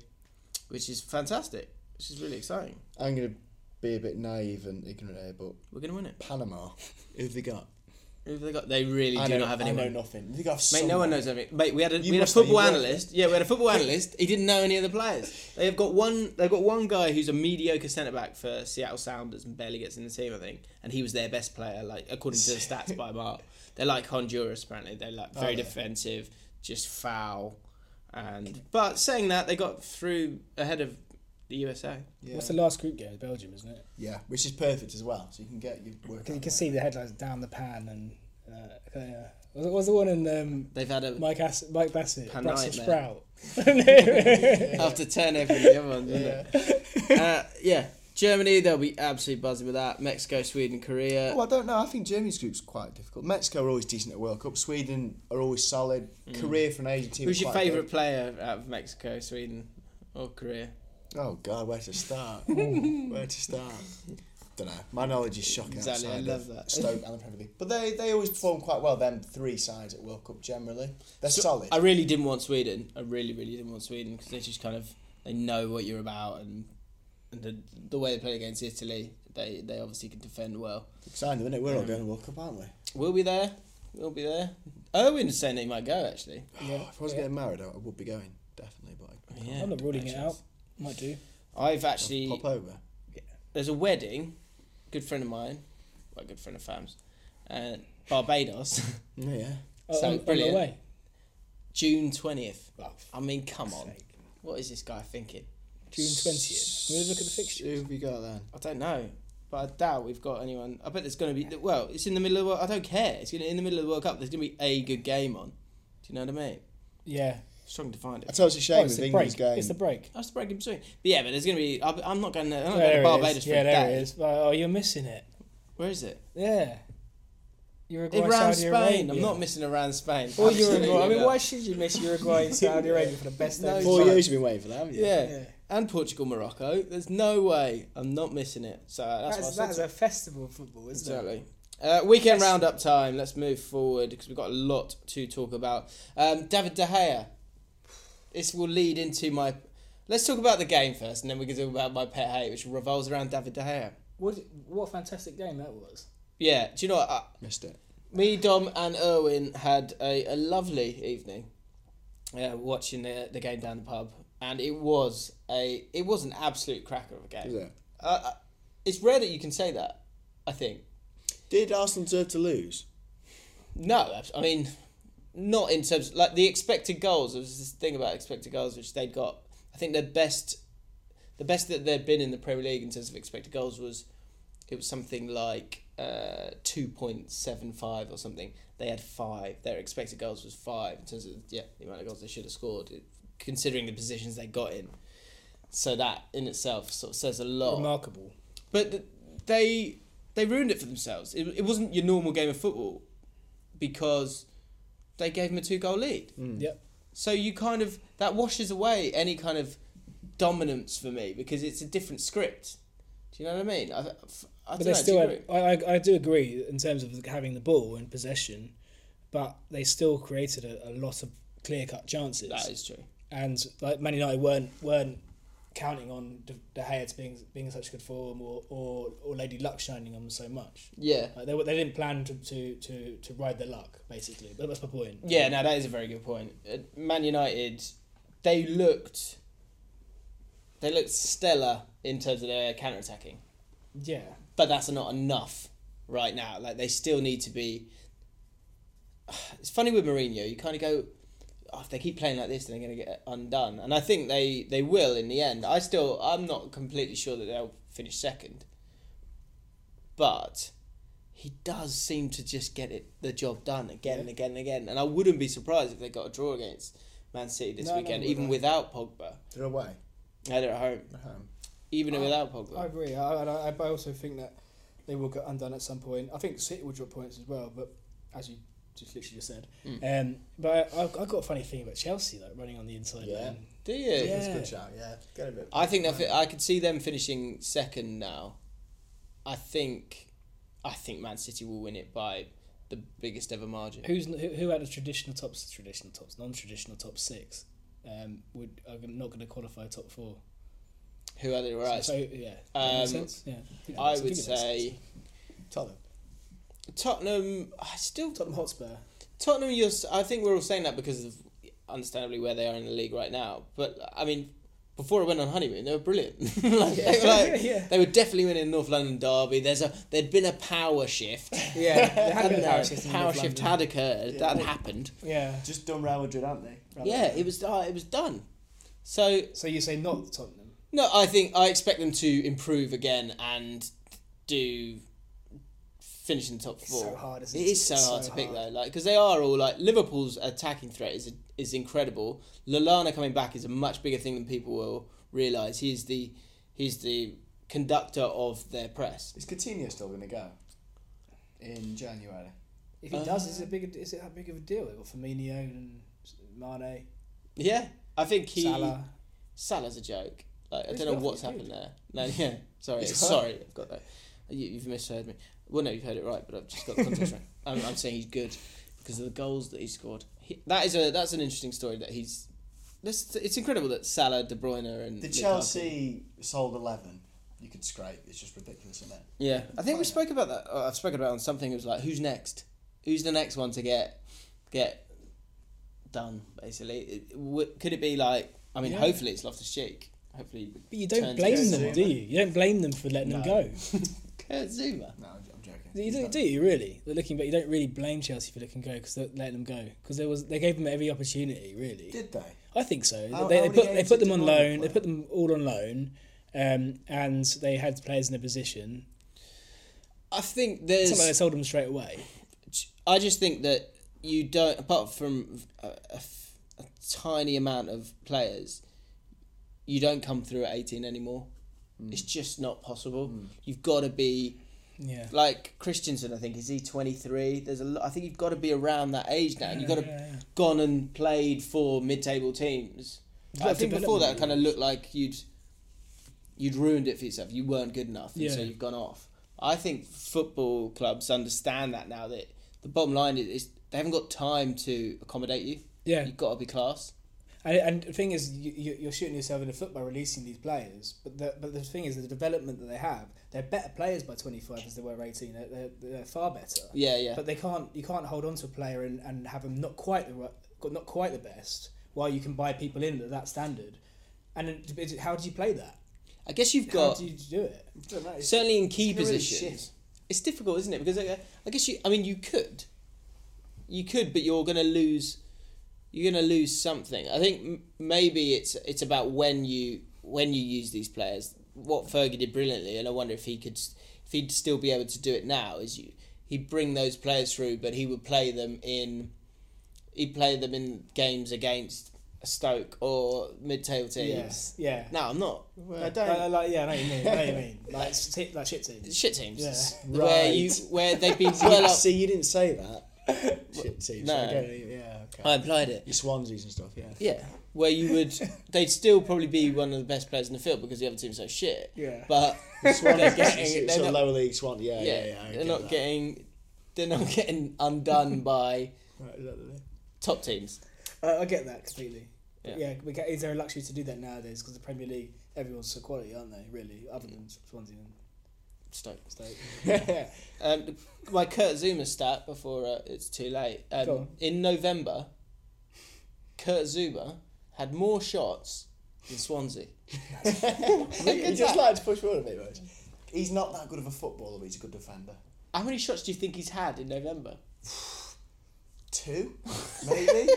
S1: which is fantastic. Which is really exciting.
S3: I'm gonna be a bit naive and ignorant here, but
S1: We're gonna win it.
S3: Panama, who've they got?
S1: Who have they got? They really
S3: I
S1: do
S3: know,
S1: not have anyone.
S3: I know nothing. They got
S1: Mate, no one knows anything. Mate, we had a, we had a
S3: must know,
S1: football
S3: you work
S1: analyst. Yeah, we had a
S3: <laughs>
S1: football analyst. He didn't know any of the players. They've got one. They've got one guy who's a mediocre centre back for Seattle Sounders and barely gets in the team, I think. And he was their best player, like according
S3: <laughs>
S1: to the stats by Mark. They're like Honduras, apparently. They're like
S3: Oh,
S1: very defensive, just foul. And but saying that, they got through ahead of the USA. <laughs>
S3: Yeah.
S2: What's the last group game? It's Belgium, isn't it?
S3: yeah, which is perfect as well. So you can get your work.
S2: You can
S3: out there.
S2: see the headlines down the pan and uh, yeah. was, it, was the one in um,
S1: They've had a
S2: Mike Ass- Mike Bassett
S1: Pan
S2: Brussels
S1: nightmare.
S2: sprout?
S1: <laughs>
S2: yeah, <laughs>
S1: have to turn over the other one. Yeah. Uh, yeah. Germany, they'll be absolutely buzzing with that. Mexico, Sweden, Korea.
S3: Oh, I don't know. I think Germany's group's quite difficult. Mexico are always decent at World Cup. Sweden are always solid. Korea for an Asian team.
S1: Who's
S3: are
S1: your
S3: quite
S1: favourite player out of Mexico, Sweden, or Korea?
S3: good. Oh God, where to <laughs> start? where to start? Don't know. My knowledge is shocking.
S1: Exactly, I
S3: outside
S1: love
S3: of
S1: that.
S3: Stoke and the Premier League, but they they always perform quite well. Them three sides at World Cup generally, they're solid.
S1: I really didn't want Sweden. I really, really didn't want Sweden because they just kind of they know what you're about and and the the way they play against Italy, they they obviously can defend well.
S3: Signed them, innit? We're all going to World Cup, aren't we?
S1: We'll be there. We'll be there. Owen's saying that he might go actually.
S3: if I was getting married, I I would be going definitely. But
S1: Yeah,
S2: I'm not ruling it out. Might do.
S1: I've
S3: I
S1: actually
S3: pop over.
S1: there's a wedding, good friend of mine, well, good friend of Fam's, uh, Barbados, <laughs>
S3: Yeah, yeah.
S2: Oh,
S1: So
S2: on, on the
S1: brilliant.
S2: way.
S1: June twentieth.
S2: Oh, f-
S1: I mean, come on,
S2: sake.
S1: what is this guy thinking?
S2: June twentieth. Can we look at the fixture?
S3: Who have we got then?
S1: I don't know, but I doubt we've got anyone. I bet there's going to be. Well, it's in the middle of the World. I don't care. It's gonna, in the middle of the World Cup. There's going to be a good game on. Do you know what I mean?
S2: Yeah.
S1: Struggling to find it.
S3: That's always a shame
S2: Oh, it's
S3: with
S2: the
S3: England's
S2: break.
S3: game.
S2: It's the break.
S1: That's the break in between. But yeah, but there's going to be. I- I'm not going. To, I'm not going
S2: There
S1: to
S2: it
S1: Barbados
S2: is.
S1: for
S2: Yeah,
S1: a
S2: there
S1: day.
S2: it is. Oh, you're missing it.
S1: Where is it?
S2: Yeah. Uruguay,
S1: Iran,
S2: Saudi
S1: Spain.
S2: Arabia.
S1: I'm not missing Iran, Spain.
S2: Or
S1: Absolutely
S2: Uruguay. I mean,
S1: not.
S2: why should you miss Uruguay and Saudi Arabia for the best
S1: No,
S2: no,
S3: Four
S1: Right.
S3: years you've been waiting for that, haven't you?
S1: Yeah.
S2: Yeah.
S1: and Portugal, Morocco. There's no way I'm not missing it. So that's,
S2: That's,
S1: what I
S2: that's
S1: said.
S2: a festival of football,
S1: to-
S2: isn't it?
S1: Exactly. Uh, weekend
S2: Yes.
S1: roundup time. Let's move forward because we've got a lot to talk about. Um, David De Gea. This will lead into my. Let's talk about the game first, and then we can talk about my pet hate, which revolves around David De Gea.
S2: What what a fantastic game that was.
S1: Yeah. Do you know what? I,
S3: Missed it.
S1: Me, Dom, and Erwin had a, a lovely evening uh, watching the, the game down the pub, and it was a it was an absolute cracker of a game.
S3: Was it?
S1: Uh, uh, it's rare that you can say that. I think
S3: Did Arsenal deserve to lose?
S1: no, abs- I mean not in terms like the expected goals. There was this thing about expected goals which they'd got. I think their best, the best that they'd been in the Premier League in terms of expected goals was it was something like uh, 2.75 or something. They had five. Their expected goals was five in terms of yeah, the amount of goals they should have scored, it- considering the positions they got in. So that in itself sort of says a lot.
S2: Oh. Remarkable.
S1: But th- they they ruined it for themselves. It, it wasn't your normal game of football because they gave him a two goal lead.
S2: Yep.
S1: So you kind of that washes away any kind of dominance for me because it's a different script. Do you know what I mean? I, I
S2: But
S1: don't
S2: they
S1: know,
S2: still
S1: do you
S2: had,
S1: agree?
S2: I, I I do agree in terms of having the ball and possession, but they still created a, a lot of clear cut chances.
S1: that is true.
S2: and like Man United weren't weren't counting on De, De Gea to being being in such good form or or, or Lady Luck shining on them so much.
S1: Yeah.
S2: Like they, were- they didn't plan to, to, to, to ride their luck basically. But that's my point.
S1: Yeah, no, that is a very good point. Uh, Man United, they looked, they looked stellar in terms of their counter attacking.
S2: Yeah.
S1: but that's not enough right now. Like they still need to be. <sighs> It's funny with Mourinho. You kind of go, oh, if they keep playing like this, then they're going to get undone. And I think they they will in the end. I still I'm not completely sure that they'll finish second, but he does seem to just get it the job done again and again and again. And I wouldn't be surprised if they got a draw against Man City this
S2: No, no,
S1: weekend,
S2: we're
S1: even
S2: not.
S1: without Pogba.
S3: They're away.
S1: No, they're at home.
S3: At home.
S2: Oh.
S1: Even without Pogba.
S2: I agree. I, I, I- I also think that they will get undone at some point. I think City will drop points as well, but as you just literally just said.
S1: Hmm.
S2: Um, but I, I've got a funny thing about Chelsea though, running on the inside.
S3: Yeah.
S2: man.
S1: Do you?
S3: That's a
S2: Yeah.
S3: good shout, yeah. Get a bit.
S1: I think that I could see them finishing second now. I think, I think Man City will win it by the biggest ever margin.
S2: Who's who, who out of traditional tops, traditional tops, non-traditional top six, um, would are gonna- not going to qualify top four?
S1: Who are the right?
S2: So yeah,
S1: Um,
S2: that makes sense. Yeah, think that
S1: I
S2: makes-
S1: would
S2: think it makes
S1: say
S2: sense.
S3: Tottenham.
S1: Tottenham. I still
S2: Tottenham Hotspur.
S1: Tottenham. You're, s- I think we're all saying that because of understandably where they are in the league right now. But I mean, before I went on honeymoon, they were brilliant. <laughs> like, they were like-
S2: <laughs> Yeah.
S1: they were definitely winning North London derby. There's a there'd been a power shift.
S2: Yeah, they had
S1: Hadn't
S2: been a
S1: there?
S2: power shift. in
S1: Power
S2: North
S1: shift
S2: London.
S1: had occurred. That had happened.
S2: Yeah.
S3: Just done Real Madrid, aren't they? Real
S1: Yeah,
S3: Madrid.
S1: it was uh, it was done. So
S2: So you say not Tottenham?
S1: no, I think I expect them to improve again and do finish in the top four.
S2: so hard, isn't
S1: It
S2: it?
S1: is so
S2: It's
S1: hard
S2: so
S1: to pick
S2: hard.
S1: though, like because they are all like Liverpool's attacking threat is is incredible. Lallana coming back is a much bigger thing than people will realize. He's the he's the conductor of their press.
S3: Is Coutinho still going to go in January?
S2: If he does, is it big? Is it that big of a deal? They've got Firmino and Mane,
S1: Yeah, I think he
S2: Salah.
S1: Salah's a joke. Like I
S2: It's
S1: don't know
S2: nothing,
S1: what's
S2: dude.
S1: happened there. No, yeah, sorry,
S3: It's
S1: sorry, I've got that. You, you've misheard me. Well, no, you've heard it right, but I've just got the context wrong. I'm, I'm saying he's good because of the goals that he scored. He, that is a that's an interesting story that he's. This, it's incredible that Salah, De Bruyne, and
S3: The
S1: Lukaku-
S3: Chelsea sold 11. You could scrape. It's just ridiculous, isn't it?
S1: Yeah, I think we spoke about that. Or I've spoken about it on something. It was like, who's next? Who's the next one to get get done? Basically, it, w- could it be like? I mean,
S2: Yeah.
S1: hopefully it's Loftus Cheek. Hopefully,
S2: But you
S1: turns
S2: don't blame
S1: against
S2: them, do you? You don't blame them for letting them go.
S1: Kurt Zuma.
S3: No, I'm I'm joking.
S2: You don't, do you really? But looking back, you don't really blame Chelsea for letting go because they're letting them go because there was they gave them every opportunity really.
S3: Did they?
S2: I think so.
S3: How-
S2: they, they
S3: how many
S2: put they
S3: games
S2: put
S3: did
S2: them on
S3: Demolay
S2: loan. They
S3: play?
S2: put them all on loan, um, and they had players in their position.
S1: I think
S2: It's not like they
S1: there's.
S2: sold them straight away.
S1: I just think that you don't, apart from a, a f- a tiny amount of players, you don't come through at 18 anymore.
S2: Hmm.
S1: It's just not possible. You've got to be
S2: Yeah.
S1: like Christensen. I think is he 23. There's a. Lot, I think you've got to be around that age now. and You've got to
S2: Yeah, yeah.
S1: gone and played for mid-table teams.
S2: lot
S1: I
S2: of
S1: think before that, it
S2: development
S1: kind of looked like you'd you'd ruined it for yourself. You weren't good enough, and so
S2: Yeah.
S1: you've gone off. I think football clubs understand that now. That the bottom line is, is they haven't got time to accommodate you.
S2: Yeah.
S1: you've got to be class.
S2: And, and the thing is, you, you- you're shooting yourself in the foot by releasing these players. But the, but the thing is, the development that they have, they're better players by 25 as they were 18. They're, they're, they're far better.
S1: Yeah, yeah.
S2: But they can't you can't hold on to a player and, and have them not quite the ri- not quite the best while you can buy people in at that standard. And it, it- how do you play that?
S1: I guess you've
S2: How
S1: got
S2: do you do it?
S1: certainly in key
S3: it's gonna really
S1: positions.
S3: shift.
S1: it's difficult, isn't it? Because I, I guess you. I mean, you could. You could, but you're going to lose. You're going to lose something. I think m- maybe it's it's about when you when you use these players. What Fergie did brilliantly, and I wonder if he could s- if he'd still be able to do it now. Is you he'd bring those players through, but he would play them in. He'd play them in games against Stoke or mid-table teams.
S2: Yes. Yeah.
S1: No, I'm not.
S3: Well, I
S2: Like,
S3: don't.
S2: like- yeah, I know what you mean. I know what you mean. Like, shit- like shit teams.
S1: Shit teams.
S2: Yeah.
S1: Where you
S3: Right.
S1: where they've been well up.
S3: See, <laughs> you didn't say that. <laughs> Shit, teams.
S1: No.
S3: I don't even- yeah, okay.
S1: I applied it.
S3: Your Swansea's and stuff, yeah.
S1: Yeah, where you would, they'd still probably be one of the best players in the field because the other team's so shit.
S2: Yeah.
S3: <laughs>
S1: but
S3: Swan
S1: they're
S3: is
S1: getting, they're
S3: sort of
S1: not,
S3: lower league Swan, yeah, yeah,
S1: yeah,
S3: yeah. I
S1: they're
S3: get
S1: not
S3: that.
S1: getting, they're not getting
S3: <laughs>
S1: undone by
S3: Right, exactly.
S1: top teams.
S2: I, I get that completely.
S1: Yeah.
S2: Yeah, we get, is there a luxury to do that nowadays? Because the Premier League, everyone's so quality, aren't they? Really, other than Swansea and
S3: <laughs>
S1: Stoke.
S2: Stoke.
S1: <laughs> Um, my Kurt Zuma stat before uh, it's too late.
S2: Go
S1: Um,
S2: on.
S1: in November, Kurt Zuma had more shots than
S3: <laughs>
S1: Swansea. <laughs>
S3: I'd just like to push forward a bit, mate. He's not that good of a footballer, but he's a good defender.
S1: How many shots do you think he's had in November?
S2: <laughs>
S3: Two, maybe.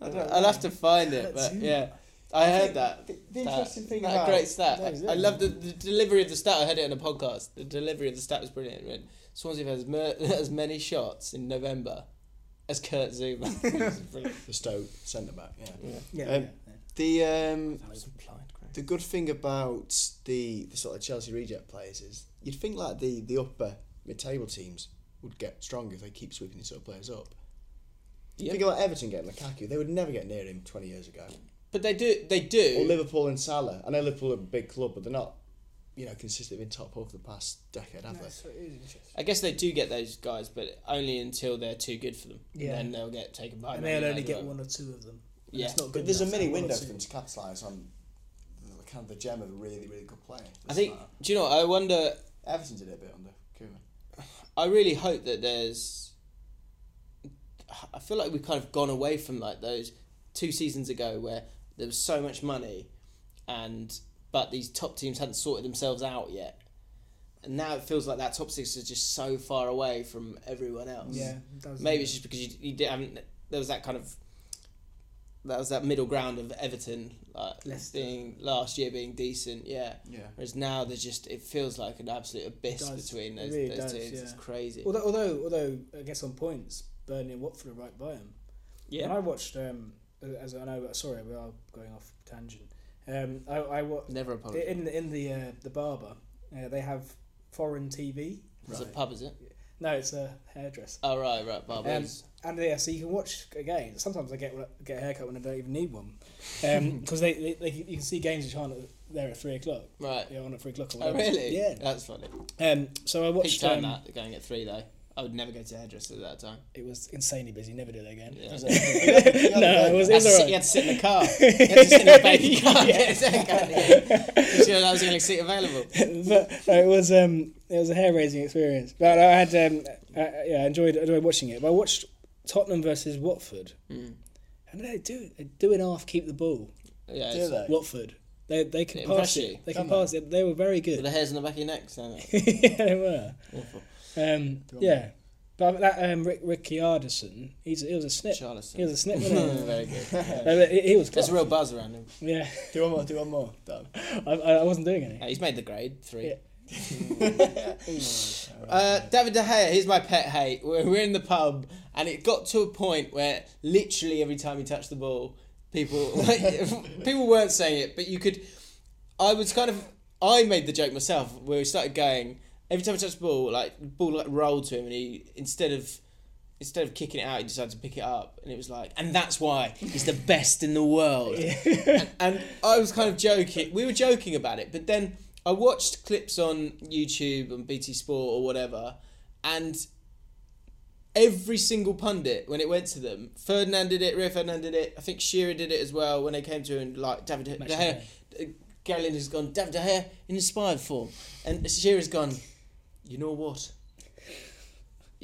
S1: I'll have to find it, but yeah. I heard that.
S3: the- the
S1: That-
S3: interesting thing
S1: that
S3: about-
S1: great stat.
S3: No,
S1: I
S3: yeah.
S1: love the, the delivery of the stat. I heard it in a podcast. The delivery of the stat was brilliant. Right? Swansea has mer- <laughs> as many shots in November as Kurt Zuma. <laughs> Brilliant.
S3: the Stoke centre back, yeah.
S2: Yeah,
S3: Um,
S2: yeah, yeah.
S3: The um, the good thing about the, the sort of Chelsea reject players is you'd think like the the upper mid table teams would get stronger if they keep sweeping these sort of players up.
S1: Yeah.
S3: Think about Everton getting Lukaku; they would never get near him twenty years ago.
S1: But they do. They
S3: Or
S1: do.
S3: Liverpool and Salah. I know Liverpool are a big club, but they're not, you know, consistently been top half the past decade, have they?
S2: So it is interesting.
S1: I guess they do get those guys, but only until they're too good for them. Yeah.
S2: Yeah.
S1: Then they'll get taken by.
S2: And
S1: Man United
S2: they'll only
S1: as
S2: get
S1: well.
S2: one or two of them. And
S1: Yeah,
S2: it's not
S3: But
S2: good
S3: there's a
S2: enough.
S3: mini
S2: One or
S3: window
S2: two.
S3: for them to capitalise on the kind of the gem of a really, really good player.
S1: I think. Do you know? I wonder.
S3: Everton did it a bit under Koeman.
S1: I really hope that there's. I feel like we've kind of gone away from like those two seasons ago where there was so much money, and but these top teams hadn't sorted themselves out yet, and now it feels like that top six is just so far away from everyone else.
S2: Yeah, that was-
S1: maybe it's just because you you did, haven't. There was that kind of. That was that middle ground of Everton, like
S2: Leicester.
S1: being last year being decent, yeah.
S3: Yeah.
S1: Whereas now there's just it feels like an absolute abyss
S2: It does.
S1: between
S2: It
S1: those,
S2: really
S1: those
S2: does,
S1: teams.
S2: yeah.
S1: It's crazy.
S2: Although, although, although, I guess on points, Burnley and Watford are right by them. And I watched, um, as I know, sorry, we are going off tangent. Um, I, I wa-
S1: Never apologize.
S2: in the in the uh, the barber, uh, they have foreign TV.
S1: It's a pub, is it?
S2: No, it's a hairdresser.
S1: Oh right, right,
S2: Um,
S1: barbers.
S2: and yeah, so you can watch games. Sometimes I get get a haircut when I don't even need one,
S1: <laughs>
S2: because they, they, they you can see games which aren't there at three o'clock.
S1: right.
S2: Yeah, on at three o'clock. Or
S1: Oh
S2: whatever.
S1: really?
S2: Yeah.
S1: That's funny.
S2: Um, so I
S1: Peak
S2: watched.
S1: time
S2: Um,
S1: that going at three though. I would never go to hairdresser at that
S2: <laughs>
S1: time.
S2: it was insanely busy. Never do it again. <laughs>
S1: Yeah.
S2: Was it- no, it was.
S1: You had,
S2: It was
S1: to sit,
S2: alright.
S1: you had to sit in the
S2: <laughs>
S1: car. You had to sit in the baby car. <laughs> and get a haircut, yeah. You sure that was the only seat available.
S2: <laughs> but no, it was um, it was a hair raising experience. But I had um, I, I- yeah, I enjoyed I enjoyed watching it. But I watched Tottenham versus Watford,
S1: Hmm.
S2: and they do they do and half keep the ball.
S1: Yeah.
S3: Do
S1: it's-
S3: they?
S2: Watford, they they can
S1: They impress
S2: pass
S1: you,
S2: it. They can pass it. They were very
S1: With
S4: <laughs>
S2: good.
S1: the hairs on the back of your neck. So
S2: yeah, they were.
S4: Um, yeah. But that um, Rick, Ricky Ardison, he's, he was a snip.
S1: Charleston.
S4: He was a snip.
S1: <laughs>
S4: wasn't
S1: Mm, Very good. Yeah.
S2: <laughs>
S4: he? No, but he, he was
S1: There's
S4: class.
S1: a real buzz around him.
S4: Yeah,
S3: Do one more. Do one more. Done.
S4: <laughs> I, I I wasn't doing any.
S1: Uh, he's made the grade three.
S4: Yeah.
S1: <laughs> uh, David De Gea, here's my pet hate. We're, we're in the pub, and it got to a point where literally every time he touched the ball, people <laughs> like, people weren't saying it, but you could. I was kind of I made the joke myself where we started going every time he touched the ball, like the ball like rolled to him, and he instead of instead of kicking it out, he decided to pick it up, and it was like, and that's why he's the best in the world. and, <laughs> and I was kind of joking. We were joking about it, but then I watched clips on YouTube and BT Sport or whatever, and every single pundit when it went to them, Ferdinand did it, Rio Ferdinand did it. I think Shearer did it as well when they came to him. Like David De Gea, Gary Lineker's gone. David De Gea in inspired form, and Shearer's gone. You know what?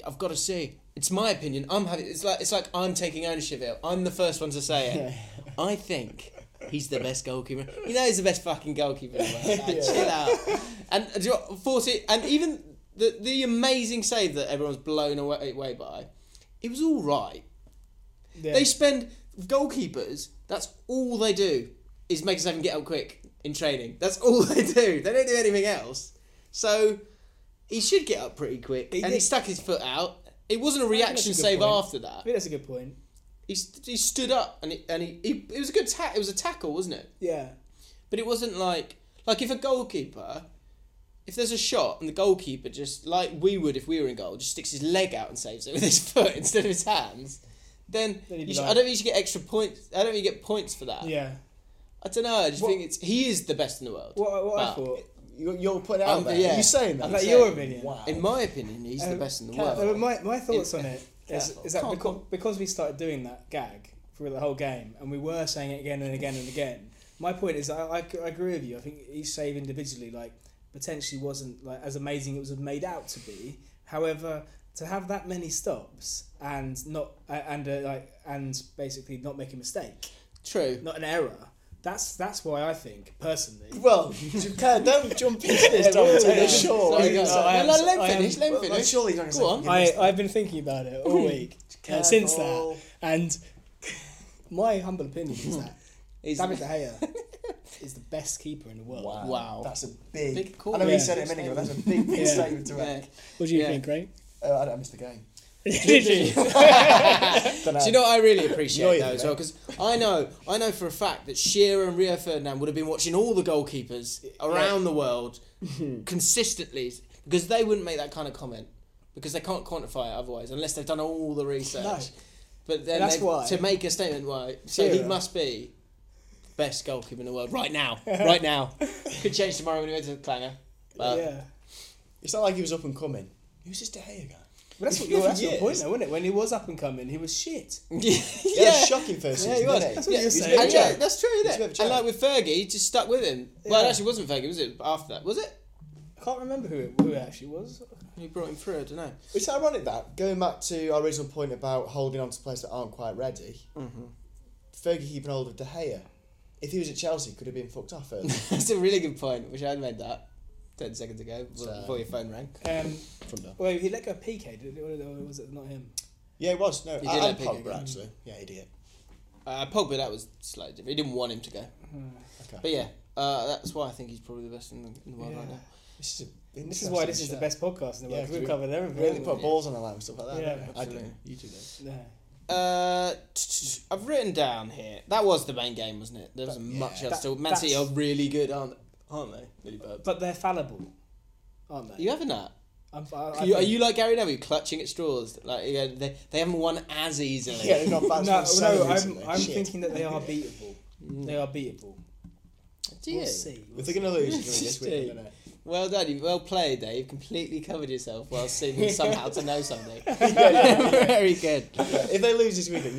S1: I've got to say, it's my opinion. I'm having it's like it's like I'm taking ownership here. I'm the first one to say it. I think he's the best goalkeeper. You know he's the best fucking goalkeeper. In the world. Like, Chill out. And uh, do you know, forty and even the the amazing save that everyone's blown away, away by, it was all right. They spend goalkeepers. That's all they do is make a save and get up quick in training. That's all <laughs> they do. They don't do anything else. So he should get up pretty quick. and he
S2: did.
S1: stuck his foot out. It wasn't a reaction
S2: good
S1: save
S2: point.
S1: after that.
S2: I think that's a good point.
S1: He, st- he stood up and he, and he, he it was a good ta- it was a tackle, wasn't it?
S2: Yeah.
S1: But it wasn't like like if a goalkeeper if there's a shot and the goalkeeper just like we would if we were in goal just sticks his leg out and saves it with his <laughs> foot instead of his hands, then,
S2: he'd
S1: you
S2: be
S1: should, I
S2: like-
S1: don't think you should get extra points. I don't think you get points for that.
S2: Yeah.
S1: I don't know. I just think it's he is the best in the world.
S2: What, I- what I
S1: But
S2: thought.
S3: You, you're putting it out
S1: Um,
S3: there.
S1: yeah.
S3: You're saying that.
S1: I'm
S2: Like
S1: saying-
S2: your opinion.
S1: In my opinion, he's the
S2: Um,
S1: best in the
S2: Cal-
S1: world.
S2: uh, my, my thoughts
S1: It-
S2: on it is,
S1: Careful.
S2: is that
S1: Come on,
S2: because,
S1: come
S2: because we started doing that gag for the whole game and we were saying it again and again and again. My point is, I, I, I agree with you. I think each save individually, like potentially, wasn't like as amazing it was made out to be. However, to have that many stops and not uh, and uh, like and basically not make a mistake,
S1: True.
S2: <laughs> not an error. That's that's why I think personally.
S3: Well, Claire, don't jump into
S1: <laughs>
S3: <laughs> this. Don't take it short.
S1: Sorry, guys.
S2: I am-
S1: No, no, let
S2: I
S1: him
S2: am-
S1: finish. Let him
S3: Well, well,
S1: finish.
S3: surely he's not gonna
S1: Go
S3: say
S1: on.
S3: forgive
S4: I, I've been thinking about it all
S2: <laughs>
S4: week uh, since that,
S3: Careful.
S4: and
S2: My humble opinion <laughs> is that
S1: He's-
S2: David De Gea is the best keeper in the world.
S1: Wow.
S3: That's a big.
S1: Big call.
S3: I know
S4: Yeah.
S3: he said it a minute ago. That's a big, big statement to
S1: Yeah.
S3: make.
S4: what do you
S1: Yeah.
S4: think,
S2: <laughs>
S4: Ray?
S3: Oh, I, I missed the game. uh,
S4: Did you?
S1: Do you know what I really appreciate
S3: Annoying,
S1: though as well? Because I know, I know for a fact that Shearer and Rio Ferdinand would have been watching all the goalkeepers around the
S2: <laughs>
S1: world consistently because they wouldn't make that kind of comment because they can't quantify it otherwise unless they've done all the research.
S2: No.
S1: But then
S2: That's
S1: they-
S2: why-
S1: to make a statement, why? So he
S2: Shearer.
S1: must be the best goalkeeper in the world right now, right
S2: <laughs>
S1: now. Could change tomorrow when he went to the clanger. But <laughs>
S2: yeah.
S3: It's not like he was up and coming. Who's this De Gea guy?
S2: But that's what your, that's your
S3: Yes.
S2: point, though, wasn't it? When he was up and coming, he was shit.
S1: yeah,
S3: He had a shocking first
S1: Yeah,
S3: season,
S1: he was.
S3: didn't
S2: That's what
S1: Yeah,
S2: you're
S3: He's a
S2: saying.
S3: bit
S1: And
S3: of
S1: yeah,
S3: joke.
S1: that's true,
S3: It's a
S1: isn't
S3: bit of
S1: it?
S3: a
S1: And like
S3: joke.
S1: with Fergie, he just stuck with him. Well, it
S2: Yeah.
S1: actually wasn't Fergie, was it? After that, was it?
S2: I can't remember who it, who it actually was.
S1: Who brought him through? I don't know. <laughs>
S3: It's ironic that going back to our original point about holding on to players that aren't quite ready.
S2: Mm-hmm.
S3: Fergie keeping hold of De Gea. If he was at Chelsea, could have been fucked off
S2: <laughs>
S3: uh, early.
S1: That's a really good point. Wish I'd made that ten seconds ago before, before your phone rang.
S2: Um,
S3: From there.
S2: well, he let go of PK, did he? Or was it not him?
S3: Yeah, it was. No,
S1: did
S3: I,
S1: like
S3: and
S1: Pogba,
S3: Pogba
S1: yeah.
S3: actually. Yeah, idiot.
S1: Uh, Pogba, that was slightly different. He didn't want him to go.
S3: Okay.
S1: But yeah, uh, that's why I think he's probably the best in the, in the world right now.
S3: This is, a,
S2: This is why this is the best podcast in the world. 'cause we've covered everything.
S3: Really put
S2: haven't
S3: balls on the line and stuff like that.
S2: Yeah,
S3: don't we? I
S1: absolutely.
S3: do. You do this.
S2: we? Yeah.
S1: Uh, t- t- I've written down here. That was the main game, wasn't it? There wasn't much else.
S2: That-
S1: to Man City are
S2: that's-
S1: really good, aren't they? Aren't they? Really bad.
S2: But they're fallible, aren't they?
S1: You uh, having that?
S2: I'm, I, I
S1: Are you, are
S2: think-
S1: you like Gary Neville, clutching at straws? Like yeah, they, they haven't won as easily.
S3: <laughs> Yeah, they're not bad.
S2: No,
S3: for so
S2: no, I'm,
S3: recently.
S2: I'm
S3: Shit.
S2: thinking that they are beatable. They are beatable.
S1: Do you?
S2: We'll see.
S3: If they're going to lose, it's going to be this
S1: Steve.
S3: week, isn't it?
S1: Well done, you've well played there. You've completely covered yourself while seeming somehow to know something. <laughs> Very good.
S3: If they lose this week,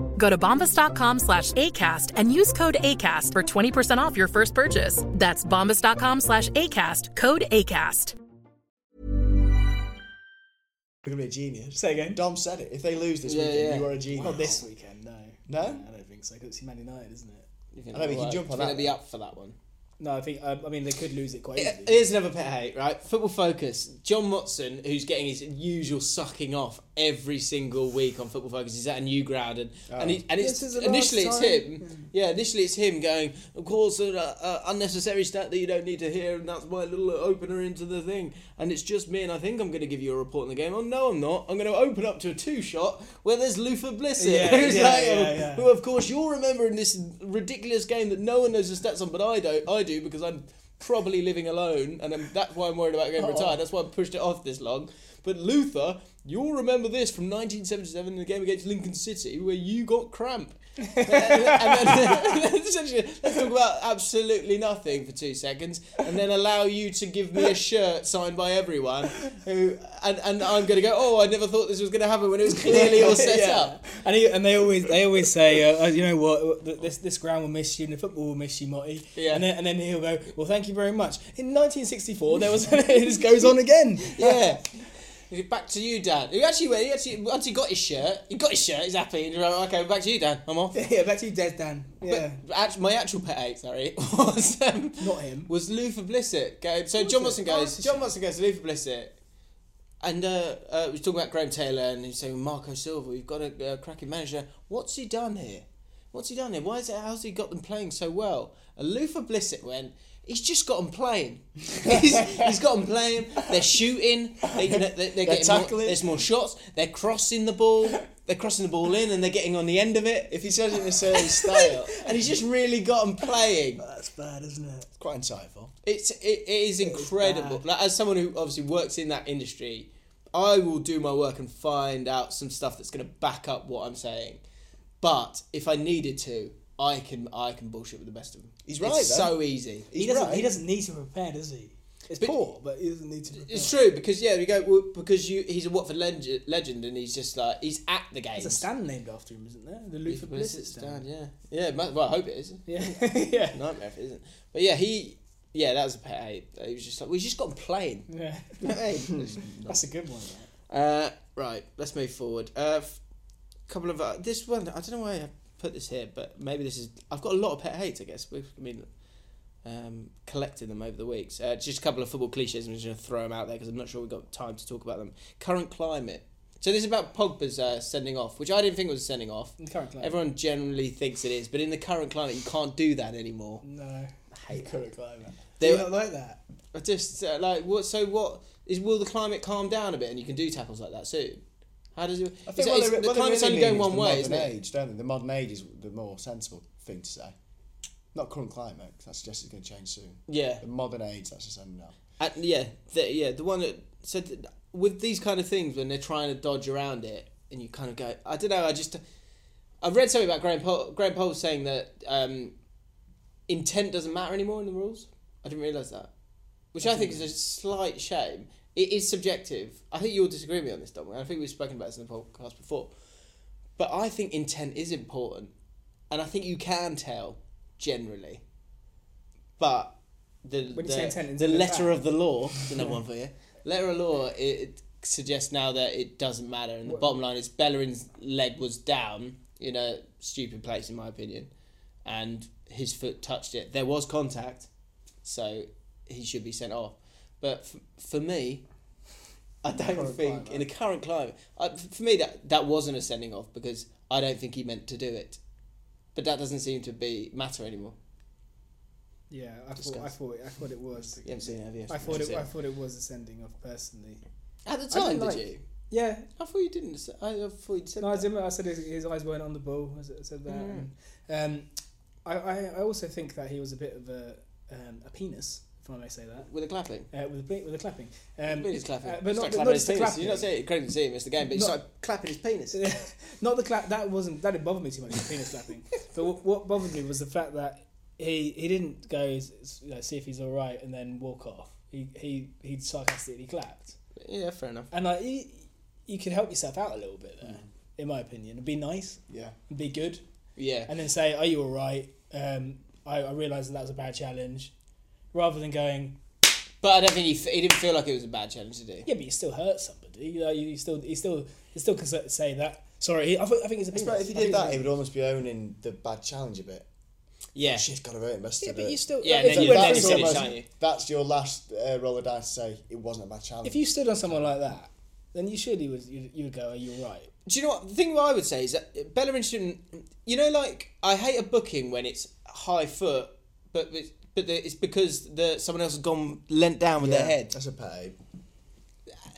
S5: Go to bombas.com slash ACAST and use code ACAST for 20% off your first purchase. That's bombas.com slash ACAST, code ACAST.
S3: You're gonna be a genius.
S2: Say again?
S3: Dom said it. If they lose this
S1: Yeah,
S3: weekend,
S1: yeah.
S3: you are a genius.
S2: Not this weekend, no.
S3: No?
S2: I don't think so. 'cause it's Man United, isn't it?
S1: You think
S3: I know, we
S1: it'll
S3: can
S1: work?
S3: jump on
S1: Do you
S3: that
S1: think they'll be
S3: one.
S1: up for that one.
S2: No, I think. um, I, I mean, they could lose it quite
S1: Yeah,
S2: easily.
S1: Here's another pet hate, right? Football Focus. John Watson, who's getting his usual sucking off every single week on Football Focus, is at a new ground, and and, he, and it's
S2: This is the last
S1: initially it's
S2: time.
S1: him. Yeah. initially it's him going, of course, an uh, uh, unnecessary stat that you don't need to hear, and that's my little opener into the thing. And it's just me, and I think I'm going to give you a report on the game. Oh no, I'm not. I'm going to open up to a two shot where there's Luther Bliss in,
S2: Yeah,
S1: <laughs> who's
S2: yeah,
S1: like,
S2: yeah,
S1: oh,
S2: yeah.
S1: who of course you'll remember in this ridiculous game that no one knows the stats on, but I don't. I do because I'm probably living alone, and I'm, that's why I'm worried about
S2: Oh.
S1: getting retired. That's why I pushed it off this long. But Luther, you'll remember this from 1977 in the game against Lincoln City where you got cramp. and then, <laughs> essentially, let's talk about absolutely nothing for two seconds, and then allow you to give me a shirt signed by everyone. Who and, and I'm going to go, oh, I never thought this was going to happen when it was clearly all set
S2: Yeah.
S1: up.
S2: And, he, and they always they always say, uh, uh, you know what, th- this this ground will miss you, and the football will miss you, Motti.
S1: Yeah.
S2: And then, and then he'll go, well, thank you very much. In 1964, there was <laughs> it just goes on again.
S1: yeah. Back to you, Dan. He actually, went- he actually, once he got his shirt, he got his shirt. He's happy. And you're like, okay, back to you, Dan. I'm
S2: <laughs>
S1: off.
S2: <laughs> yeah, back to you, Des Dan. Yeah.
S1: But act- my actual pet hate, sorry, <laughs> was um,
S2: Not him.
S1: Was Luther Blissett? Go- So John Watson goes. John Watson goes. to Luther Blissett. And uh, uh, we were talking about Graham Taylor, and he's saying Marco Silva. We've got a uh, cracking manager. What's he done here? What's he done here? Why is it? How's he got them playing so well? And Luther Blissett went. He's just got them playing. he's, he's got them playing. They're shooting. They, you know, they, they're, getting More,
S3: tackling.
S1: there's more shots. They're crossing the ball. They're crossing the ball in, and they're getting on the end of it. If he says it in a certain style, and he's just really got them playing.
S2: That's bad, isn't it?
S3: It's quite insightful.
S1: It's it, it is incredible. like as someone who obviously works in that industry, I will do my work and find out some stuff that's going to back up what I'm saying. But if I needed to, I can I can bullshit with the best of them.
S3: He's right,
S1: It's
S3: though.
S1: so easy.
S2: He doesn't he doesn't need to prepare, does he? It's
S1: But-
S2: poor, but he doesn't need to prepare.
S1: It's true because yeah, we go well, because you he's a Watford legend, legend and he's just like he's at the game.
S2: There's a stand named after him, isn't there? The Luther Blissett stand.
S1: yeah, yeah. it might- Well, I hope it is.
S2: Yeah. <laughs> yeah.
S1: Nightmare if it isn't. But yeah, he yeah that was a pet hate. He was just like we just got him playing.
S2: <laughs> Yeah.
S1: <laughs>
S2: That's a good one. Right?
S1: Uh, right, let's move forward. A uh, f- couple of uh, this one. I don't know why I put this here, but maybe this is. I've got a lot of pet hates. I guess we've I mean, um, collected them over the weeks. Uh, just a couple of football cliches. I'm just going to throw them out there because I'm not sure we've got time to talk about them. Current climate. So this is about Pogba's uh, sending off, which I didn't think was a sending off.
S2: In the current climate.
S1: Everyone generally thinks it is, but in the current climate, you can't do that anymore.
S2: No. hate current climate.
S1: They
S2: They
S1: were-
S2: not like that.
S1: I just uh, like what? So what is? Will the climate calm down a bit, and you can do tackles like that soon? How does it?
S3: I think
S1: it's-
S3: what
S1: it's-
S3: they,
S1: the
S3: what they
S1: climate's
S3: really
S1: only going
S3: mean is
S1: one
S3: the
S1: way,
S3: modern
S1: isn't it?
S3: age, don't they? The modern age is the more sensible thing to say. Not current climate, because that suggests it's going to change soon.
S1: Yeah,
S3: The modern age, that's just ending up.
S1: and yeah, the, yeah. The one that said that with these kind of things when they're trying to dodge around it, and you kind of go, I don't know. I just I've read something about Graham Pol- Graham Pole saying that um, intent doesn't matter anymore in the rules. I didn't realize that, which I think is a slight shame. It is subjective. I think you'll disagree with me on this, Dom. I think we've spoken about this in the podcast before. But I think intent is important, and I think you can tell generally. But the
S2: When
S1: the,
S2: you say intent,
S1: the
S2: intent is
S1: letter
S2: bad. <laughs>
S1: of the law, it's another one for you. Letter of law, it, suggest now that it doesn't matter. And the bottom line is Bellerin's leg was down in a stupid place, in my opinion, and his foot touched it. There was contact, so he should be sent off. But f- for me, I don't think in the current climate, I, f- for me that that wasn't a sending off because I don't think he meant to do it. But that doesn't seem to be matter anymore.
S2: Yeah, I thought, I
S1: Discuss.
S2: thought I thought it was.
S1: You haven't seen it, have you?
S2: I thought it,
S1: Yeah.
S2: I thought it was ascending off personally.
S1: At the
S2: I
S1: time,
S2: didn't
S1: did
S2: like-
S1: you?
S2: Yeah,
S1: I thought you didn't. say- I I thought you said.
S2: no, I,
S1: that.
S2: remember I said his, his eyes weren't on the ball. I said I said that. And, um, I, I I also think that he was a bit of a um, a penis, if I may say that.
S1: With a clapping.
S2: Uh, with the with the clapping, um,
S1: Really, it's clapping.
S2: uh, but
S1: It's
S2: not,
S1: like
S2: but
S1: clapping his
S2: not just the
S1: penis.
S2: clapping.
S1: You're not saying it, Craig didn't see him, it's the game, but you
S2: Not-
S1: started clapping his penis.
S2: <laughs> not the clap. That wasn't that didn't bother me too much. The
S1: <laughs>
S2: penis clapping. But what, what bothered me was the fact that he he didn't go you know, see if he's all right and then walk off. He he he sarcastically clapped.
S1: yeah, fair enough.
S2: And like you, you could help yourself out a little bit there, in my opinion, and be nice,
S3: Mm. Yeah.
S2: and be good,
S1: Yeah.
S2: and then say, "Are you all right?" Um, I, I realised that that was a bad challenge, rather than going,
S1: But I don't think he, f- he didn't feel like it was a bad challenge, did he?
S2: "Yeah, but you still hurt somebody." You know, you, you still you still you still can s- say that. Sorry, he, I, think, I think it's a penis.
S3: But if he
S2: I think it's
S3: did
S2: a
S3: that, he
S2: penis.
S3: would almost be owning the bad challenge a bit.
S1: Yeah.
S3: Shit's got to hurt him.
S2: yeah, but you still
S1: Yeah,
S2: like,
S1: and
S2: if
S1: then
S2: you
S1: you-
S2: went
S1: then you
S2: through
S1: said
S2: someone-
S1: it's aren't you?
S3: That's your last uh, roll of dice to say it wasn't a bad challenge.
S2: if you stood on someone like that, then you surely would you, you would go, "Are you all right?"
S1: Do you know what? The thing what I would say is that Bellerin shouldn't. You know, like, I hate a booking when it's high foot, but it's, but the, it's because the someone else has gone lent down with
S3: Yeah,
S1: their head.
S3: That's a pet
S2: <coughs>
S3: ape.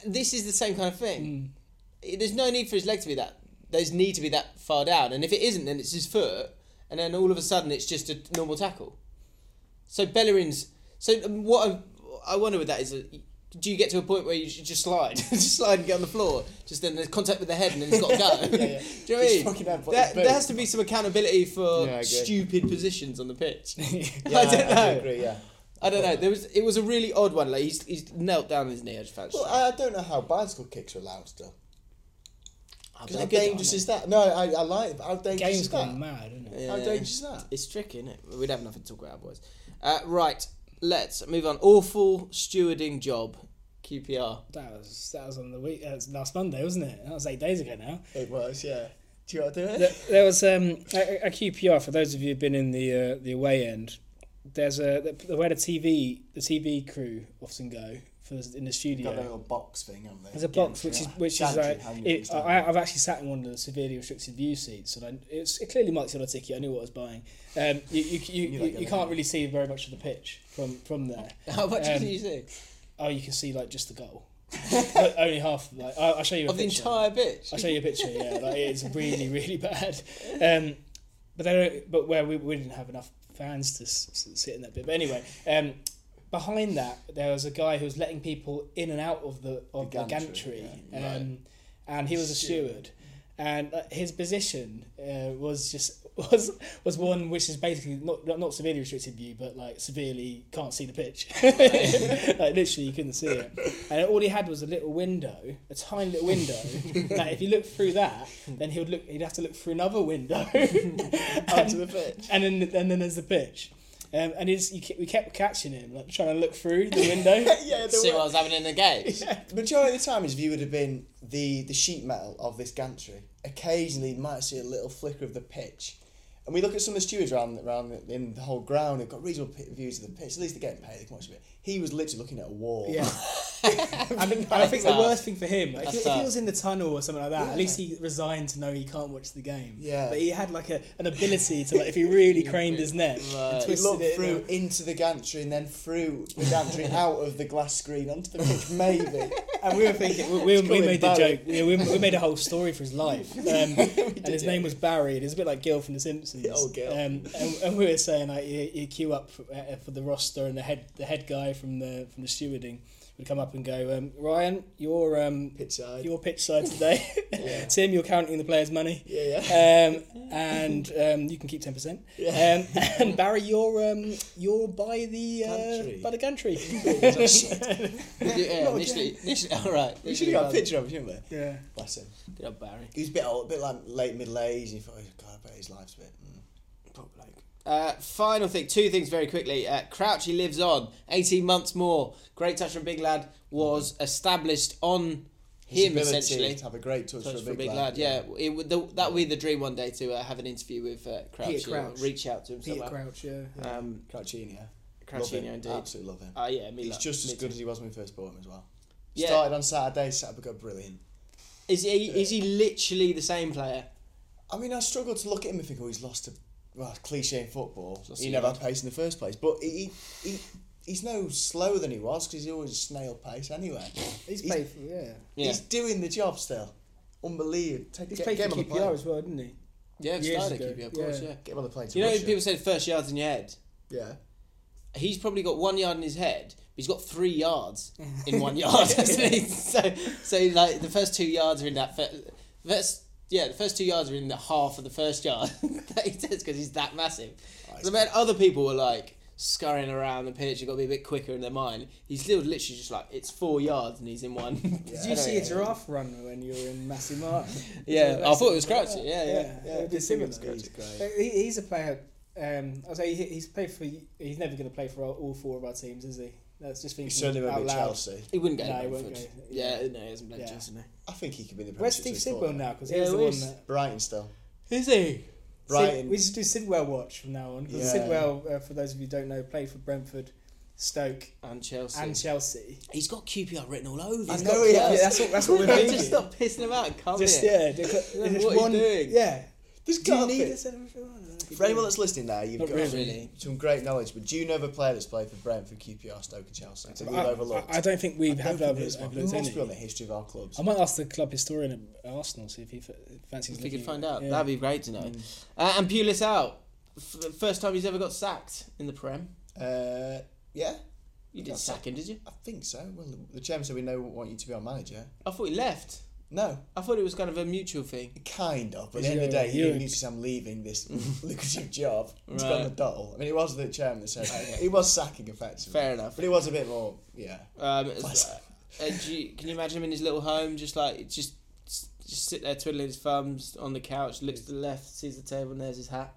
S1: This is the same kind of
S3: Hmm.
S1: thing. It- There's no need for his leg to be that. There's need to be that far down, and if it isn't, then it's his foot, and then all of a sudden it's just a normal tackle. So Bellerin's. So um, what I, I wonder with that is, uh, do you get to a point where you should just slide, <laughs> just slide and get on the floor, just then there's contact with the head and then it's got to go. <laughs> do
S3: <laughs>
S1: you know what I
S3: Just
S1: mean?
S3: fucking head butt
S1: There,
S3: his boot.
S1: there has to be some accountability for
S3: Yeah, I agree.
S1: stupid positions on the pitch.
S3: <laughs>
S1: <laughs>
S3: Yeah,
S1: I don't know. I,
S3: agree, yeah.
S1: don't know. There was it was a really odd one. Like he's, he's knelt down on his knee. I just felt.
S3: Well, I I don't know how bicycle kicks are allowed still.
S1: they're
S3: How
S1: good,
S3: dangerous
S1: aren't
S3: is that? No, I, I like How dangerous
S2: Game's
S3: is that?
S2: gone mad, isn't it?
S3: How dangerous is that?
S1: It's tricky, isn't it? We'd have nothing to talk about, boys. Uh, right, let's move on. Awful stewarding job, QPR.
S2: That was that was on the week. That was last Monday, wasn't it? That was eight days ago now.
S3: It was, yeah. Do you want to do it?
S4: There was um, a, a QPR for those of you who've been in the uh, the away end. There's a the, the way the TV the TV crew often go for this, in the studio.
S3: Got a little box thing, haven't they?
S4: There's a box which is which is
S3: Gantry,
S4: like
S3: haven't you?
S4: it, uh, I, I've actually sat in one of the severely restricted view seats, and I, it's it clearly marked on a ticket. I knew what I was buying. Um, you you, you, you, you can't really see very much of the pitch from from there.
S1: <laughs> <laughs> How much
S4: Um,
S1: did you see
S4: Oh, you can see like just the goal, <laughs> but only half. Like I'll, I'll show you a
S1: of the
S4: picture.
S1: entire bitch?
S4: I'll show you a picture. Yeah, like it's really, really bad. Um, but they don't, but where we, we didn't have enough fans to s- s- sit in that bit. But anyway, um, behind that there was a guy who was letting people in and out of the of the
S3: gantry,
S4: gantry, um, and he was a steward. And uh, his position uh, was just <laughs> was was one which is basically not not, not severely restricted view, but like severely can't see the pitch. <laughs> like literally, you couldn't see it. And all he had was a little window, a tiny little
S3: <laughs>
S4: window. that if you look through that, then he would look. He'd have to look through another window
S3: <laughs> Onto the pitch.
S4: and then and then there's the pitch. Um, and he's, you, ke- we kept catching him, like trying to look through the window.
S3: <laughs> Yeah,
S1: See
S3: the
S1: what was happening in the game. <laughs>
S3: majority of the time his view would have been the, the sheet metal of this gantry. Occasionally you might see a little flicker of the pitch. And we look at some of the stewards around, around the, in the whole ground who've got reasonable pi views of the pitch. At least they're getting paid, they can watch a bit. He was literally looking at a wall.
S2: Yeah.
S3: <laughs>
S2: I, mean, I think the worst thing for him, like, if, if he was in the tunnel or something like that, at least he resigned to know he can't watch the game.
S3: Yeah.
S2: But he had like a, an ability to, like, if he really
S3: <laughs>
S2: craned his neck and
S3: Uh, He
S2: twisted
S3: looked
S2: it in
S3: through into the gantry and then through the gantry out of the glass screen onto the pitch, maybe.
S2: a- and we were thinking, we, we, we
S3: him
S2: made the
S3: Barry.
S2: joke, we, we, we made a whole story for his
S3: <laughs>
S2: life. Um, and his name was Barry, and it's a bit like Gil from The Simpsons.
S3: Oh, Gil.
S2: Um, and, and we were saying, like, you, you queue up for, uh, for the roster, and the head the head guy from the from the stewarding would come up and go, um, Ryan, you're. Um,
S3: Pitch side.
S4: Your pitch side
S2: <laughs>
S3: <laughs>
S4: today. Tim, you're counting the players' money.
S3: Yeah,
S4: Um, and um, you can keep ten percent. Um, and Barry, you're um, you're by the
S3: Gantry.
S4: uh, by the
S3: <laughs>
S4: gantry.
S2: <laughs>
S1: Yeah, initially, initially, <laughs> all right.
S3: We should have got a picture of him, shouldn't we?
S4: yeah.
S3: Bless him.
S1: Good old Barry.
S3: He was a bit old, a bit like late middle age. And he thought, oh, God, I bet his life's a bit. Mm, probably like.
S1: Uh, final thing, two things very quickly. Uh, Crouchy lives on, 18 months more. Great touch from Big Lad was established on
S3: His
S1: him
S3: ability
S1: essentially.
S3: to have a great touch,
S1: Touch
S3: for a big lad.
S1: Yeah, it would, the, that would be the dream one day to uh, have an interview with uh, Crouch.
S2: Peter
S1: you know,
S2: Crouch.
S1: Reach out to him
S2: Peter
S1: somewhere.
S2: Crouch, yeah.
S1: Um,
S3: Crouchini, yeah.
S1: Crouchini,
S3: Uh, Love him.
S1: indeed.
S3: Absolutely love him.
S1: Ah, yeah, me
S3: He's
S1: like-
S3: just as
S1: me
S3: good
S1: too.
S3: as he was when we first bought him as well.
S1: Yeah.
S3: Started on Saturday, Saturday got brilliant.
S1: Is he is he literally the same player?
S3: I mean, I struggle to look at him and think, oh, he's lost to well, cliche in football.
S1: Lost
S3: he
S1: to
S3: never
S1: God.
S3: had pace in the first place, but he he he's no slower than he was because he's always snail pace anyway.
S2: He's, played for, yeah.
S1: Yeah,
S3: He's doing the job still. Unbelievable. Take,
S2: He's
S3: get,
S2: played
S3: get
S2: for
S3: him on the
S2: QPR
S3: plane.
S2: as well, didn't he?
S1: yeah, I've
S2: years
S1: started
S2: ago,
S1: QPR, of course,
S2: yeah.
S1: yeah.
S3: Get him on the plane. To
S1: You know,
S3: Russia.
S1: people said first yards in your head.
S3: yeah.
S1: He's probably got one yard in his head, but he's got three
S2: <laughs>
S1: yards in one yard. hasn't he? So, so like the first two yards are in that fir- first. Yeah, the first two yards are in the half of the first yard <laughs> that he does because he's that massive. So man, other people were like scurrying around the pitch. You've got to be a bit quicker in their mind. He's still literally just like it's four yards and he's in one. <laughs>
S2: Did you see a giraffe run when you were in Massey Martin? <laughs>
S1: Yeah, I thought it was Crouchy. Yeah, yeah.
S2: yeah, it'd be similar. He, he's a player. Um, I say he, he's played for. He's never going to play for all, all four of our teams, is he? That's just thinking
S3: He certainly
S2: out
S3: won't be
S2: loud.
S3: Chelsea.
S1: He wouldn't go
S2: No,
S1: to
S2: he won't
S1: Brentford.
S2: go,
S1: Yeah, no, he hasn't played
S2: Yeah.
S1: Chelsea. No.
S3: I think he could be in the
S2: Where's
S3: Premiership
S2: Steve
S3: so far.
S2: Sidwell now? Because
S1: Yeah,
S2: he's the
S1: where
S2: one
S1: is-
S2: that.
S3: Brighton still.
S1: Is he?
S3: Brighton.
S2: Sid, we should do Sidwell watch from now on. 'cause
S3: Yeah.
S2: Sidwell, uh, for those of you who don't know, played for Brentford, Stoke,
S1: And Chelsea.
S2: and Chelsea.
S1: He's got QPR written all over.
S3: I
S1: him.
S3: know he has.
S2: Yeah, that's what that's what we're
S1: Mate,
S2: thinking.
S1: <laughs> just stop pissing him out. Come
S2: Just
S1: here.
S2: Oh, yeah, they've got-
S1: What
S2: there's
S1: are you
S2: one-
S1: doing?
S2: Yeah,
S3: There's
S2: do you
S3: got to
S2: need
S3: be.
S2: a celebration?
S3: For anyone that's listening now, you've
S1: Not
S3: got
S1: really.
S3: some, some great knowledge. But do you know of a player that's played for Brentford, QPR, Stoke, and Chelsea? That we've
S4: I,
S3: overlooked.
S4: I- I don't think we
S3: I
S4: have
S3: think
S4: over,
S3: there's one.
S4: overlooked
S3: There must be on the
S4: any.
S3: history of our clubs.
S4: I might ask the club historian at Arsenal see if he fa- fancies.
S1: If we could
S4: looking at
S1: find
S4: it.
S1: out,
S4: Yeah.
S1: that'd be great to know.
S2: Mm.
S1: Uh, and Pulis out. F- first time he's ever got sacked in the Prem.
S3: Uh, yeah,
S1: You did sack him, did you?
S3: I think so. Well, the chairman said we know want you to be our manager.
S1: I thought he left.
S3: No,
S1: I thought it was kind of a mutual thing.
S3: kind of. But at the end of the
S4: Yeah,
S3: day, he
S4: you-
S3: didn't need to say I'm leaving this lucrative job to go on
S1: Right.
S3: the dole. I mean, it was the chairman that said that. He was sacking effectively.
S1: Fair enough.
S3: But it was a bit more, yeah.
S1: Um,
S3: Bless
S1: uh, uh, do you- can you imagine him in his little home, just like just just sit there twiddling his thumbs on the couch, looks to the left, sees the table, and there's his hat.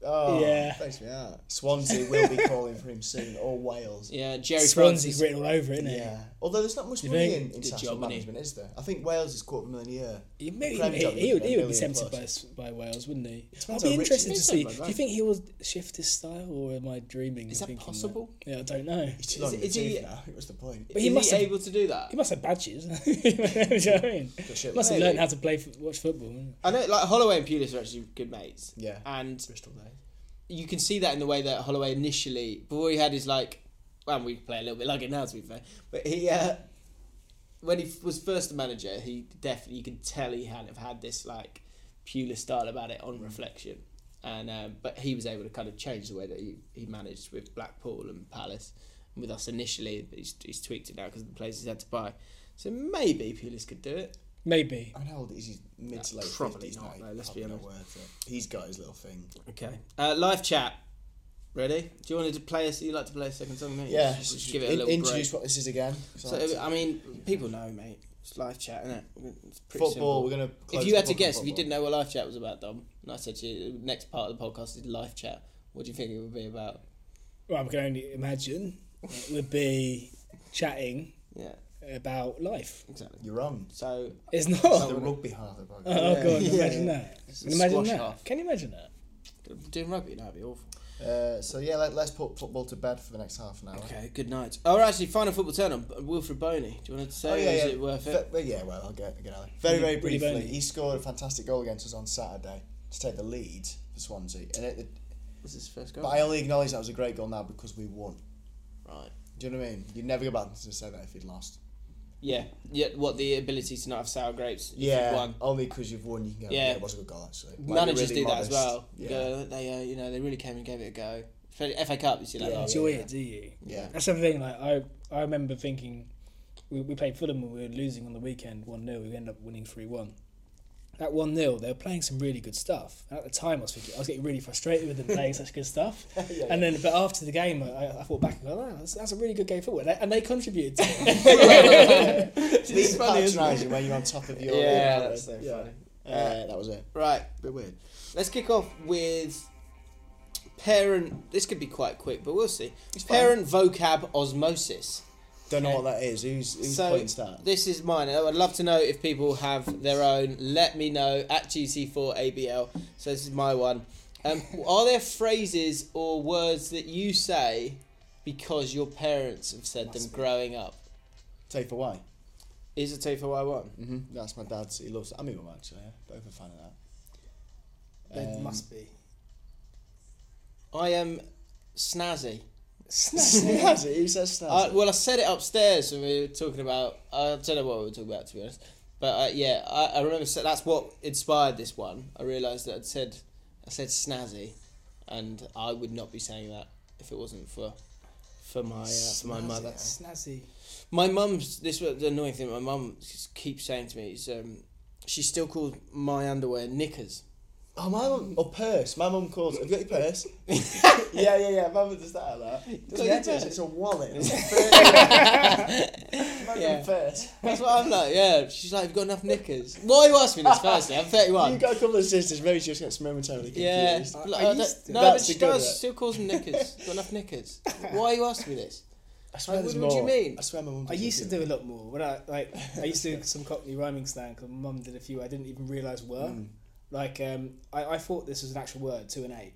S3: Oh,
S4: Yeah.
S3: thanks for that. Swansea will be calling for him soon, or Wales.
S1: Yeah, Jerry
S4: Swansea's
S1: Francis.
S4: written all over it, isn't it?
S3: Yeah. Although there's not much
S4: You
S3: money
S4: think?
S3: in, in
S1: Good
S3: Sassel
S1: job, innit?
S3: management, is there? I think Wales is quarter of a million a year.
S4: He, may-
S3: Prem
S4: he,
S3: job
S4: he, he would,
S3: would be
S4: he
S3: a
S4: would be
S3: million
S4: tempted by,
S3: plus.
S4: by Wales, wouldn't he? I'd
S3: depends
S4: be
S3: how rich
S4: interested
S3: he
S4: to
S3: is.
S4: see.
S1: Depends
S4: Do
S1: how
S4: you
S1: rich.
S4: think he will shift his style, or am I dreaming? and
S1: Is that
S4: thinking
S1: possible?
S4: Yeah, I don't know.
S3: He's still on
S1: Is-
S3: the
S1: is he-
S3: move now. It was the point.
S4: But he
S1: Is
S4: must
S1: he
S4: have-
S1: able to do that?
S4: He must have badges. <laughs> Do you know what I mean?
S3: shit
S4: Must have
S1: load.
S4: learned how to play, f- watch football. wouldn't
S1: I know, like Holloway and Pulis are actually good mates.
S3: Yeah.
S1: and
S3: Bristol days.
S1: you can see that in the way that Holloway initially, before he had his like, well, we play a little bit like it now to be fair, but he, uh, when he f- was first the manager, he definitely you could tell he had have had this like Pulis style about it
S3: Mm.
S1: on reflection, and um, but he was able to kind of change the way that he, he managed with Blackpool and Palace, and with us initially, but he's, he's tweaked it now because of the players he's had to buy, so maybe Pulis could do it.
S4: he? Maybe.
S3: I mean, how old is he? Mid to late
S1: probably
S3: 50s
S1: not,
S3: now.
S1: though, let's be
S3: Probably not
S1: honest.
S3: worth it. He's got his little thing.
S1: Okay, uh, live chat. Ready? Do you want to play us? You like to play a second song? don't you?
S3: Yeah,
S1: Just- just
S3: just
S1: give it a
S3: in-
S1: little break.
S3: introduce what this is again. So
S1: So uh, I mean, people know, mate. It's live chat, isn't it? It's pretty
S3: football.
S1: simple.
S3: We're gonna.
S1: If
S3: close
S1: you
S3: the
S1: had to
S3: book on
S1: guess, if you
S3: football.
S1: didn't know what live chat was about, Dom, and I said to you, the next part of the podcast is live chat. What do you think it would be about?
S4: Well, I can only imagine it would be chatting
S1: Yeah,
S4: about life.
S1: exactly.
S3: you're wrong.
S1: <laughs> So
S4: It's not.
S3: The
S4: Oh
S3: rugby half of the podcast.
S4: god! Imagine that. Imagine
S1: squash
S4: that.
S1: half.
S4: Can you imagine that?
S1: doing rugby now would be awful.
S3: Uh, so yeah, let, let's put football to bed for the next half an hour.
S1: Okay, good night. Oh, actually, final football turn on Wilfred Boney. Do you want to say?
S3: Oh
S1: or
S3: yeah,
S1: is
S3: yeah.
S1: it worth
S3: Ve-
S1: it?
S3: well, yeah, well, I'll get, I'll get out of there. Very, very
S4: Willy
S3: briefly,
S4: Bony.
S3: he scored a fantastic goal against us on Saturday to take the lead for Swansea. And it, it-
S1: Was his first
S3: but
S1: goal?
S3: I only acknowledge that was a great goal now because we won.
S1: Right.
S3: Do you know what I mean? You'd never go back and say that if you'd lost.
S1: Yeah. Yeah. What the ability to not have sour grapes? if you've
S3: Yeah,
S1: won.
S3: only because you've won, you can go. Yeah,
S1: Yeah.
S3: it was a good goal actually. Like, you're
S1: Managers
S3: really
S1: do that as
S3: modest.
S1: well.
S3: Yeah,
S1: Go, they, uh, you know, they really came and gave it a go. Especially FA Cup, you see that. a
S3: Yeah,
S1: lot.
S3: yeah.
S4: Enjoy it, do you?
S3: yeah.
S4: That's the thing. Like I, I remember thinking, we, we played Fulham and we were losing on the weekend one 0 We ended up winning three one. That one 0 they were playing some really good stuff. And at the time, I was thinking I was getting really frustrated with them playing such good
S3: <laughs>
S4: stuff. and then, but after the game, I, I thought back and go, oh, that's, that's a really good game forward, and they, and they
S3: <laughs>
S4: contributed. <laughs> To it.
S1: <laughs>
S3: It's patronising when you're on top of your.
S1: Yeah, that's so funny.
S3: Uh, that was it.
S1: Right,
S3: bit weird.
S1: let's kick off with parent. This could be quite quick, but we'll see.
S3: fine.
S1: parent vocab osmosis.
S3: Don't know what that is. Who's who's
S1: So
S3: points that?
S1: this is mine. I'd love to know if people have their own. Let me know at GT4ABL. So this is my one. Um, are there phrases or words that you say because your parents have said them growing up?
S3: Take away.
S1: Is it take for what I want?
S3: Mm-hmm. That's my dad's. He loves. that. I'm his mum actually. Yeah. Both a fan of that.
S2: There must be.
S1: I am snazzy.
S3: Snazzy. Who says
S4: Uh,
S3: snazzy?
S1: I, well, I said it upstairs when we were talking about. I don't know what we were talking about to be honest, but uh, yeah, I, I remember sa- that's what inspired this one. I realised that I'd said I said snazzy, and I would not be saying that if it wasn't for for my uh, for my mother.
S2: Snazzy.
S1: My mum's this was the annoying thing. My mum s- keeps saying to me is um, she still calls my underwear knickers. <laughs>
S3: oh, my mum. Or purse. My mum calls. Have you got your purse? yeah, yeah, yeah. My mum does that a lot. Doesn't
S1: your
S3: get it,
S1: purse.
S3: It's a wallet. It's a purse. My
S1: Yeah.
S3: mum purse.
S1: That's what I'm like. Yeah, she's like, you've got enough knickers. Why are you asking me this? Firstly, I'm 31.
S3: You've got a couple of sisters. Maybe she just gets momentarily
S1: Yeah,
S3: confused.
S1: Look,
S2: I
S1: I don't-
S2: used to.
S1: no,
S3: That's
S1: but
S3: the
S1: she
S3: good
S1: does.
S3: bit.
S1: She still calls them
S2: <laughs>
S1: knickers. Got enough knickers. Why are you asking me this?
S3: I swear
S1: Like,
S3: there's
S1: what do you
S3: more.
S1: mean?
S3: I swear my mum.
S2: I
S3: doesn't
S2: used to do a lot more. When I like, I used to do some Cockney rhyming slang because my mum did a few I didn't even realise were. Like, um, I, I thought this was an actual word. Two and eight.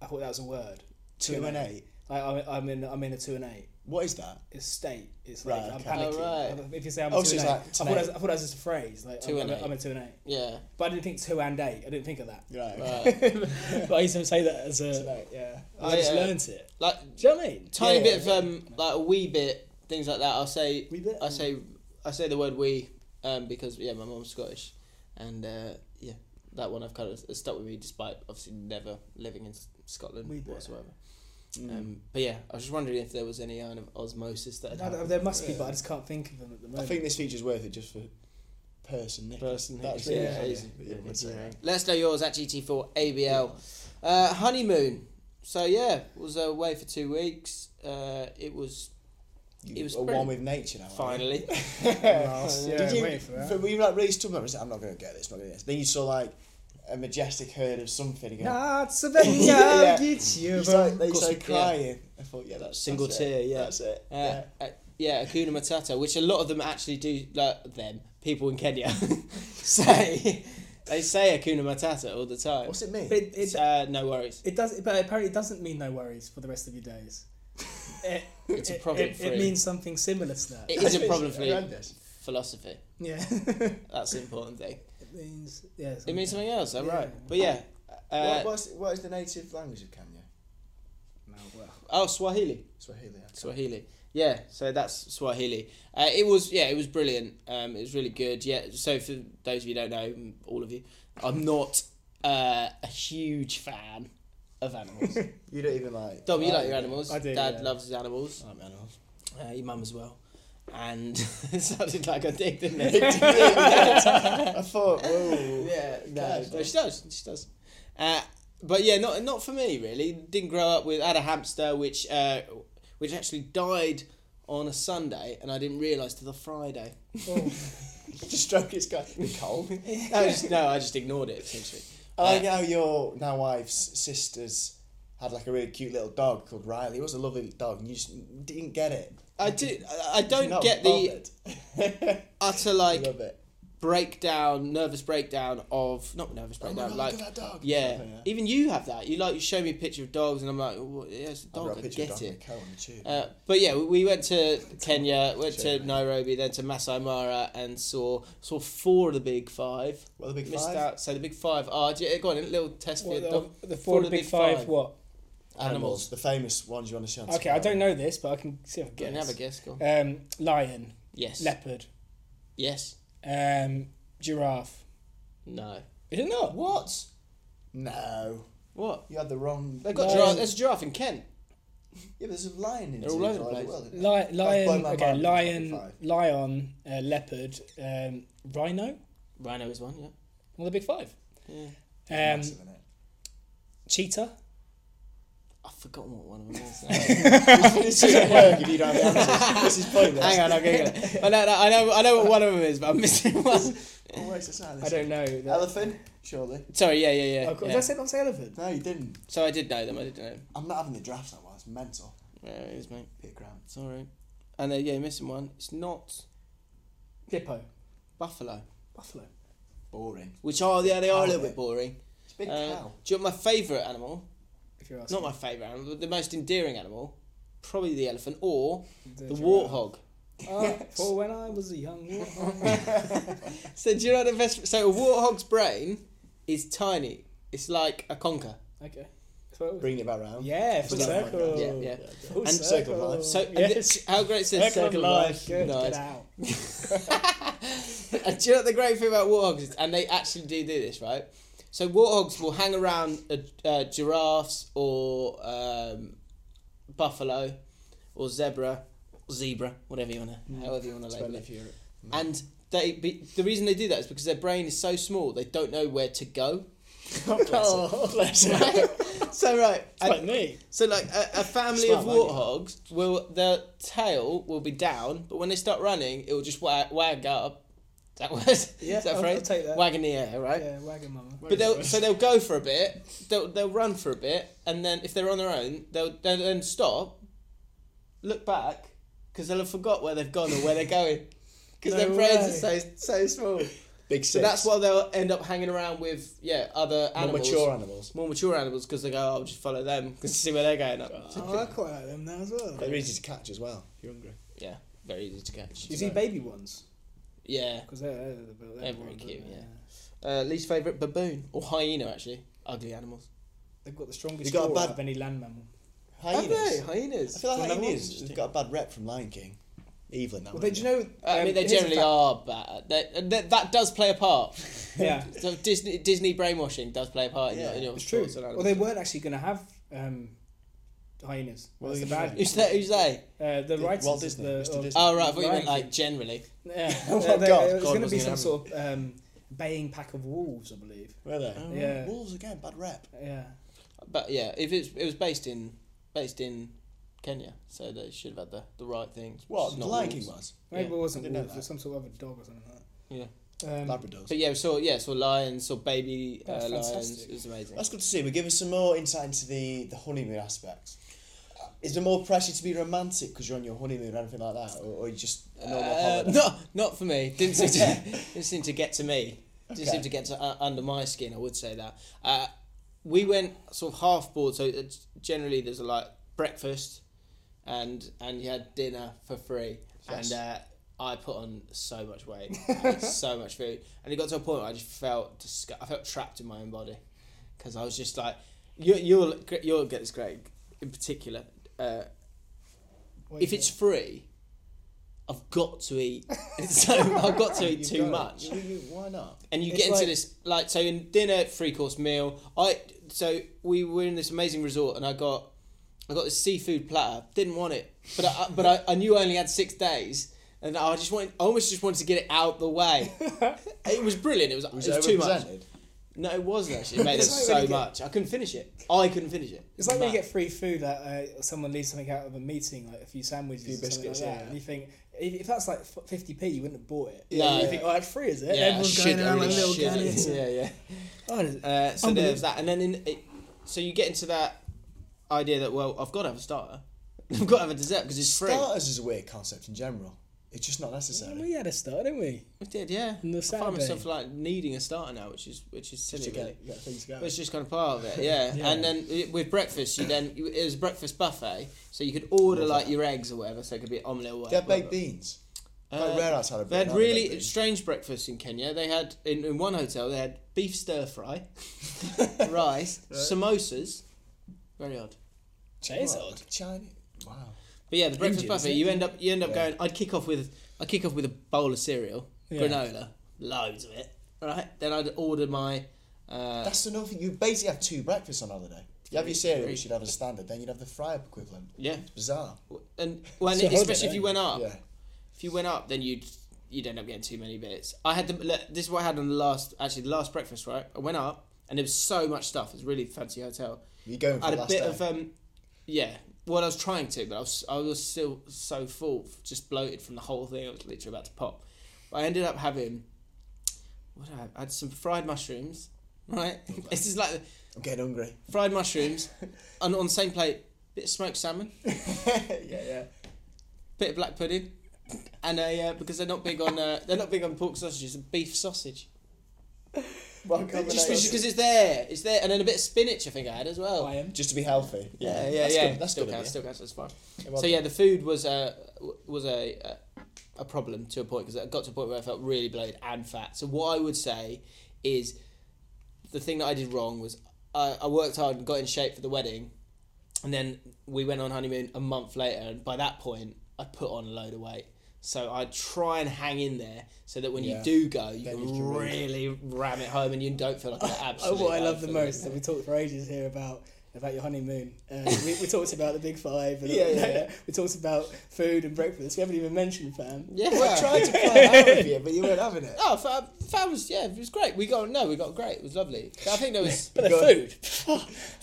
S2: I thought that was a word.
S3: Two and eight.
S2: Like, I'm, I'm in. I'm in a two and eight.
S3: What is that?
S2: It's state. It's
S3: Right,
S2: like
S3: okay.
S2: I'm panicking.
S1: Oh,
S2: If you say I'm
S3: Oh,
S2: oh,
S3: so
S2: two
S3: it's
S2: and eight,
S3: like
S2: I,
S3: tonight.
S2: thought that was, I thought that was just a phrase. Like
S1: Two
S2: I'm,
S1: and
S2: I'm,
S1: eight.
S2: I'm a two and eight.
S1: Yeah.
S2: But I didn't think two and eight. I didn't think of that.
S3: Right.
S4: but I used to say that as a.
S2: Like, yeah.
S1: I,
S4: I just
S1: uh,
S4: learnt it.
S1: Like
S4: Do you know what I mean?
S1: tiny bit of um, like a wee bit, things like that. I'll say.
S2: Wee bit?
S1: I say. I say the word wee, um, because yeah, my mum's Scottish, and uh, yeah, that one I've kind of it's stuck with me despite obviously never living in S- Scotland
S2: Wee bit. Mm.
S1: whatsoever. Um, but yeah, I was just wondering if there was any kind of osmosis that had
S2: No,
S1: happened.
S2: there must be, but I just can't think of them at the moment.
S3: <laughs>
S2: <laughs>
S3: I think this feature's worth it just for person Nick.
S1: Person
S3: That's
S1: who-
S3: really
S1: yeah,
S3: funny.
S1: is-
S3: Yeah, I would say that.
S1: Let's know yours at GT4 ABL. Uh, honeymoon. So yeah, was away for two weeks. Uh, it was
S3: You
S1: It was
S3: are one
S1: brilliant.
S3: with nature now. aren't you?
S1: finally.
S3: <laughs>
S1: Uh,
S2: yeah,
S3: Did you,
S2: waiting for that.
S3: for- were you like really stubborn? I was like, I'm not going to get this, not going to get this. Then you saw like a majestic herd of something
S1: <laughs>
S3: again. <laughs>
S2: Pennsylvania, <laughs>
S3: Yeah.
S2: get you,
S3: You
S2: bro.
S3: started, they
S1: course,
S3: started
S1: yeah.
S3: crying. I thought, yeah, that's
S1: Single
S3: that's
S1: tear,
S3: It.
S1: yeah.
S3: That's it.
S1: Uh, uh, yeah, Akuna Matata, which a lot of them actually do. Like them people in Kenya <laughs> say they say Akuna Matata all the time.
S3: What's it mean?
S2: But it,
S1: It's,
S2: it,
S1: uh, no worries.
S2: it does, but apparently it doesn't mean no worries for the rest of your days.
S3: <laughs>
S2: It,
S1: It's a problem
S2: it,
S1: free.
S2: it means something similar to that.
S1: it is a problem free
S3: Horrendous.
S1: philosophy. <laughs>
S2: yeah, <laughs>
S1: That's the important thing.
S2: it means yeah.
S1: It means something else. I'm
S2: Yeah.
S1: right. But yeah. Uh,
S3: what, what's, what is the native language of Kenya?
S1: oh, Swahili.
S3: Swahili. okay.
S1: Swahili. Yeah, so that's Swahili. Uh, it was yeah, it was brilliant. Um, it was really good. Yeah, so for those of you who don't know, m- all of you, I'm not uh, a huge fan of animals.
S3: You don't even like.
S1: Dom, you
S3: I
S1: like your
S3: don't
S1: animals.
S2: I do,
S1: Dad
S2: yeah.
S1: loves his animals.
S3: like animals.
S1: Uh, your mum as well. And <laughs> it sounded like I did, didn't it?
S3: I thought, <laughs> whoa.
S1: Yeah, no,
S3: Cash,
S1: no, she does, she does. Uh, but yeah, not not for me really. Didn't grow up with. I had a hamster which uh, which actually died on a Sunday, and I didn't realise till the Friday.
S3: Just stroke its guy. Cold.
S1: <laughs> I just, no, I just ignored it essentially.
S3: I like how your now wife's sisters had like a really cute little dog called Riley. It was a lovely little dog, and you just didn't get it.
S1: I do. I- I don't
S3: Not
S1: get the
S3: bothered.
S1: utter like
S3: Love it.
S1: breakdown, nervous breakdown of not nervous breakdown.
S3: Oh God,
S1: like
S3: look at that dog. Oh,
S1: Yeah,
S3: Yeah.
S1: even you have that. You like you show me a picture of dogs, and I'm like, well, yeah, it's a
S3: I
S1: dog. I,
S3: picture
S1: get
S3: of Dog
S1: it.
S3: McCoe on the tube.
S1: Uh, but yeah, we- we went to Kenya, went to Nairobi, then to Masai Mara, and saw saw four of the big five.
S3: What are the big
S1: Missed
S3: five?
S1: out. So the big five are. do you- Go on, a little test for
S4: What, the,
S1: your dog.
S4: the four, big, five, what?
S3: animals,
S1: animals.
S3: the famous ones you understand.
S4: Okay, I don't know this, but I can see if I
S1: Go on,
S4: can
S1: Have a
S4: guess.
S1: guess. Go on.
S4: Um, lion,
S1: yes.
S4: leopard,
S1: yes.
S4: um, giraffe.
S1: No.
S4: Is it not?
S3: What? No,
S1: What?
S3: you had the wrong.
S1: They've got
S3: No.
S1: giraffe. There's a giraffe in Kent.
S3: Yeah, but there's a lion in
S1: They're all over the place.
S3: Li-
S4: Li- lion,
S3: my
S4: okay,
S3: mind,
S4: lion,
S3: five.
S4: lion, uh, leopard, um, rhino.
S1: Rhino is one. Yeah.
S4: One of the big five. Um, cheetah.
S1: I've forgotten what one of them
S4: <laughs>
S1: is. now.
S3: <laughs> this doesn't work if you don't have the answers. This is pointless.
S1: Hang on, I'll Google it. I know, I know, I know what one of them is, but I'm missing <laughs> one.
S3: Always the silence.
S4: I don't know.
S3: Elephant, surely.
S1: Sorry, yeah, yeah, yeah.
S2: Oh, God,
S1: yeah.
S2: Did I say not say elephant?
S3: No, you didn't.
S1: So I did know them. I did know. Them.
S3: I'm not having the drafts that one. It's mental.
S1: Yeah, it is, mate.
S3: Peter Grant.
S1: Sorry. And uh, yeah, you're missing one. It's not
S4: Dippo.
S1: Buffalo.
S4: Buffalo.
S3: Boring.
S1: Which are yeah, they are a little bit boring.
S3: It's a big
S1: Uh,
S3: cow.
S1: do you know what my favourite animal?
S4: If you're asking.
S1: Not my favourite animal, but the most endearing animal. Probably the elephant or the warthog.
S4: For when I was a young warthog.
S1: So do you know the best? So a warthog's brain is tiny. It's like a conker.
S4: okay. So-
S3: Bringing it back round.
S4: yeah, full
S3: that one,
S4: circle.
S1: Yeah, yeah.
S4: Full
S1: And
S3: circle of life.
S1: So and
S4: yes.
S1: th- how great is this?
S4: circle, of life. Good.
S1: Nice.
S4: Get out.
S1: And do you know what the great thing about warthogs is, and they actually do do this, right? So warthogs will hang around uh, uh, giraffes or um, buffalo or zebra, zebra, whatever you want to, however you want to label it.
S3: if you're-
S1: And they, be, the reason they do that is because their brain is so small, they don't know where to go.
S4: Oh, bless you.
S1: So right, and-
S4: Like me.
S1: so like a, a family of warthogs will their tail will be down, but when they start running, it will just wag, wag up. That <laughs> was yeah, is that a
S4: I'll-
S1: phrase?
S4: I'll take that.
S1: Wag in the air, right?
S4: Yeah, wagon mama.
S1: But they'll so they'll go for a bit. They'll they'll run for a bit, and then if they're on their own, they'll they'll then stop, look back, because they'll have forgot where they've gone or where
S4: <laughs>
S1: they're going, because their brains are so so small.
S3: Big six.
S1: So that's why they'll end up hanging around with yeah other
S3: More
S1: animals,
S3: mature animals.
S1: more mature animals, because they go, "Oh, I'll just follow them, because see where they're going up.
S4: Oh, I quite like them now as well.
S3: They're easy to catch as well. If you're hungry.
S1: yeah, very easy to catch.
S2: You see baby ones
S1: Yeah,
S2: because they're, they're, they're,
S1: they're very cute. Yeah. Uh, least favorite baboon or hyena actually. Ugly animals.
S2: They've got the strongest
S3: They got a
S2: jaw
S3: bad-
S2: out of any land
S3: <laughs>
S2: mammal.
S3: Hyenas.
S1: Hyenas.
S3: I feel like
S1: Another one?
S3: hyenas have got a bad rep from Lion King. Evil now.
S2: Well, they, do you know?
S1: Uh, I mean,
S2: um,
S1: they
S2: here's a
S1: generally
S2: fact-
S1: are bad. They, and that that does play a part.
S2: Yeah,
S1: so Disney Disney brainwashing does play a part in your, in your
S2: it's true.
S1: thoughts on
S2: Well,
S1: animals.
S2: they weren't actually going to have um, hyenas. Well, the bad.
S1: Who's they? Who's they?
S2: Uh, the writers,
S3: Walt
S2: of
S3: Disney,
S2: the,
S3: Mr.
S2: of-
S3: Disney. <laughs> Oh,
S1: Oh right, I thought you
S2: Lion
S1: meant like generally.
S2: Yeah. well, there,
S3: God,
S2: it was going
S3: God
S2: to be
S3: wasn't gonna
S2: some
S3: have
S2: sort of um, baying pack of wolves, I believe.
S3: Were they? Oh,
S2: Yeah.
S3: Wolves again, bad rep.
S2: Yeah.
S1: But yeah, if it's it was based in based in Kenya, so they should have had the, the right things.
S3: What?
S1: It's
S3: The
S1: not
S3: Lion
S1: wolves.
S3: King was?
S2: Maybe
S1: Yeah,
S2: it wasn't
S3: didn't know
S2: wolves, it
S3: that.
S2: was some sort of other dog or something like
S1: Yeah.
S2: that. Um,
S3: Labradors.
S1: But yeah, so yeah, so lions, saw baby
S2: That's
S1: uh, lions.
S2: fantastic.
S1: It was amazing.
S3: That's good to see. We're giving some more insight into the, the honeymoon aspect. Is there more pressure to be romantic because you're on your honeymoon or anything like that? Or, or you just a normal
S1: Uh,
S3: holiday?
S1: no, not for me. Didn't seem to, <laughs> didn't seem to get to me. Didn't
S3: Okay.
S1: seem to get to, uh, under my skin. I would say that. Uh, we went sort of half board, so it's generally there's a like breakfast, and and you had dinner for free, and uh, I put on so much weight, I ate
S2: <laughs>
S1: so much food, and it got to a point where I just felt disgust- I felt trapped in my own body, because I was just like, you you'll you'll get this Greg in particular. Uh, if it's free, I've got to eat. <laughs> so I've got to eat too much,
S3: You- you- Why not?
S1: and you
S3: It's
S1: get into
S3: like-
S1: this like so in dinner three course meal. I so we were in this amazing resort, and I got I got this seafood platter. Didn't want it, but I, but I, I knew I only had six days. And I just wanted, I almost just wanted to get it out the
S2: <laughs>
S1: way. it was brilliant. It was, it was too much.
S3: overrepresented?
S1: No, it wasn't actually. It
S2: <laughs>
S1: made up so much. I couldn't finish it. I couldn't finish it.
S2: it's like when you get free food, like uh, someone leaves something out of a meeting, like a few sandwiches, or something
S3: biscuits,
S2: like that,
S3: yeah.
S2: and you think if, if that's like fifty p, you wouldn't have bought it.
S1: No.
S2: you think oh, that's free, is it?
S1: Yeah, I
S2: Everyone's
S1: should.
S2: going
S1: I
S2: around
S1: really
S2: like little
S1: should.
S2: grannies.
S1: Yeah, yeah.
S2: Oh, is it-
S1: Uh, so there's
S2: Unbelievable.
S1: that, and then in it, so you get into that idea that well, I've got to have a starter, <laughs> I've got to have a dessert because it's free.
S3: Starters is a weird concept in general. It's just not necessary.
S2: we had a start, didn't we?
S1: I did, yeah.
S2: the
S1: I find
S2: Saturday.
S1: myself like needing a starter now, which is which is silly. really.
S3: You got things
S1: But it's just kind of part of it, yeah. And then i- with breakfast, you then you- it was a breakfast buffet, so you could order like your eggs or whatever. So it could be omelette or
S3: They
S1: whatever.
S3: had baked beans. Quite rare outside of
S1: They had
S3: Britain, aren't they,
S1: Uh, really
S3: baked beans?
S1: strange breakfasts in Kenya. They had in, in one hotel they had beef stir
S3: <laughs>
S1: fry, <laughs> rice, samosas. Very odd.
S4: Jason.
S3: Chinese. Wow.
S1: But yeah, the breakfast buffet, you end up you end up going. I'd kick off with I would kick off with a bowl of cereal, granola, loads of it. Right, then I'd order my. Uh,
S3: That's enough. You basically have two breakfasts on holiday. You have your cereal, which you'd have a standard. Then you'd have the fry up equivalent.
S1: yeah,
S3: It's bizarre.
S1: and when
S4: So
S1: especially
S4: holiday.
S1: if you went up,
S3: Yeah.
S1: if you went up, then you'd you'd end up getting too many bits. I had the le- this is what I had on the last actually the last breakfast right. I went up and there was so much stuff. It's a really fancy hotel.
S3: You going for
S1: I had
S3: the
S1: a
S3: last
S1: bit
S3: day.
S1: of um, yeah. Well, I was trying to, but I was I was still so full, just bloated from the whole thing. I was literally about to pop. But I ended up having what did I, have? I had some fried mushrooms. Right,
S3: Oh,
S1: <laughs> this is like
S3: I'm getting hungry.
S1: fried
S3: <laughs>
S1: mushrooms, and on the same plate, bit of smoked salmon,
S3: yeah, yeah.
S1: bit of black pudding, and a uh, because they're not big on uh, they're not big on pork sausages, a beef sausage. Just because it's there, it's there, and then a bit of spinach. I think I had as well.
S3: Just to be healthy.
S1: Yeah, yeah,
S3: that's
S1: yeah.
S3: Good. That's
S1: still
S3: good.
S1: counts.
S3: Of you.
S1: Still counts. That's fine. so yeah, the food was a was a a, a problem to a point because it got to a point where I felt really bloated and fat. So what I would say is the thing that I did wrong was I, I worked hard and got in shape for the wedding, and then we went on honeymoon a month later, and by that point I put on a load of weight. So I try and hang in there so that when you
S3: Yeah.
S1: do go, you
S3: Then
S1: can,
S3: you can
S1: really ram it home and you don't feel like an
S2: Oh,
S1: absolute.
S2: what I love the
S1: loafer.
S2: most, and we talked for ages here about about your honeymoon. Uh, we, we talked about the big five.
S3: <laughs>
S2: And yeah, We talked about food and breakfast. We haven't even mentioned fam.
S1: Yeah.
S3: I tried <laughs> to plan out of you, but
S2: <laughs>
S3: you <laughs> weren't having it.
S1: Oh, fam, fam was yeah, it was great. We got no, we got great. It was lovely. But I think
S2: <laughs>
S1: there was.
S2: But the food.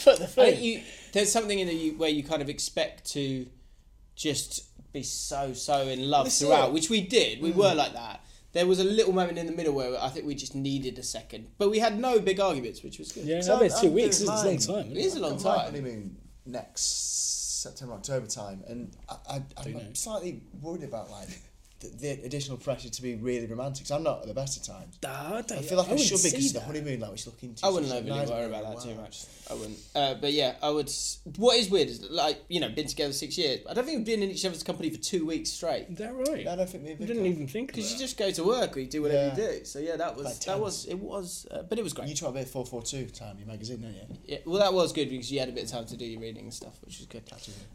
S2: but the
S1: I
S2: food.
S1: think you, there's something in you where you kind of expect to just be so so in love
S3: This is
S1: throughout,
S3: it.
S1: which we did.
S2: Mm.
S1: We were like that. There was a little moment in the middle where I think we just needed a second, but we had no big arguments, which was good.
S2: yeah,
S3: So
S2: I bet it's
S3: I'm-
S2: 2
S3: I'm
S2: weeks. This is
S3: doing
S2: a long
S3: mine.
S2: time.
S1: It is a long
S3: I've got my
S1: time.
S3: honeymoon next September, October time, and I, I, I'm slightly worried about like the, the additional pressure to be really romantic. 'cause I'm not at the best of times.
S2: Ah, don't-
S3: I feel like I,
S2: wouldn't
S3: should
S2: see
S3: be because the
S2: that.
S3: honeymoon, like, which looking into.
S1: I wouldn't overly worry about that too much. I wouldn't. Uh, but yeah, I would. s- What is weird is like you know been together six years. I don't think we've been in each other's company for two weeks straight.
S2: Is that right?
S3: I don't think me.
S2: I didn't even think of
S1: Because you
S2: that.
S1: just go to work or you do whatever
S3: Yeah.
S1: you do. So yeah, that was
S3: Like
S1: that
S3: tense.
S1: was it was, uh, but it was great.
S3: You try a bit four four two time your magazine, don't you?
S1: Yeah, well, that was good because you had a bit of time to do your reading and stuff, which was good.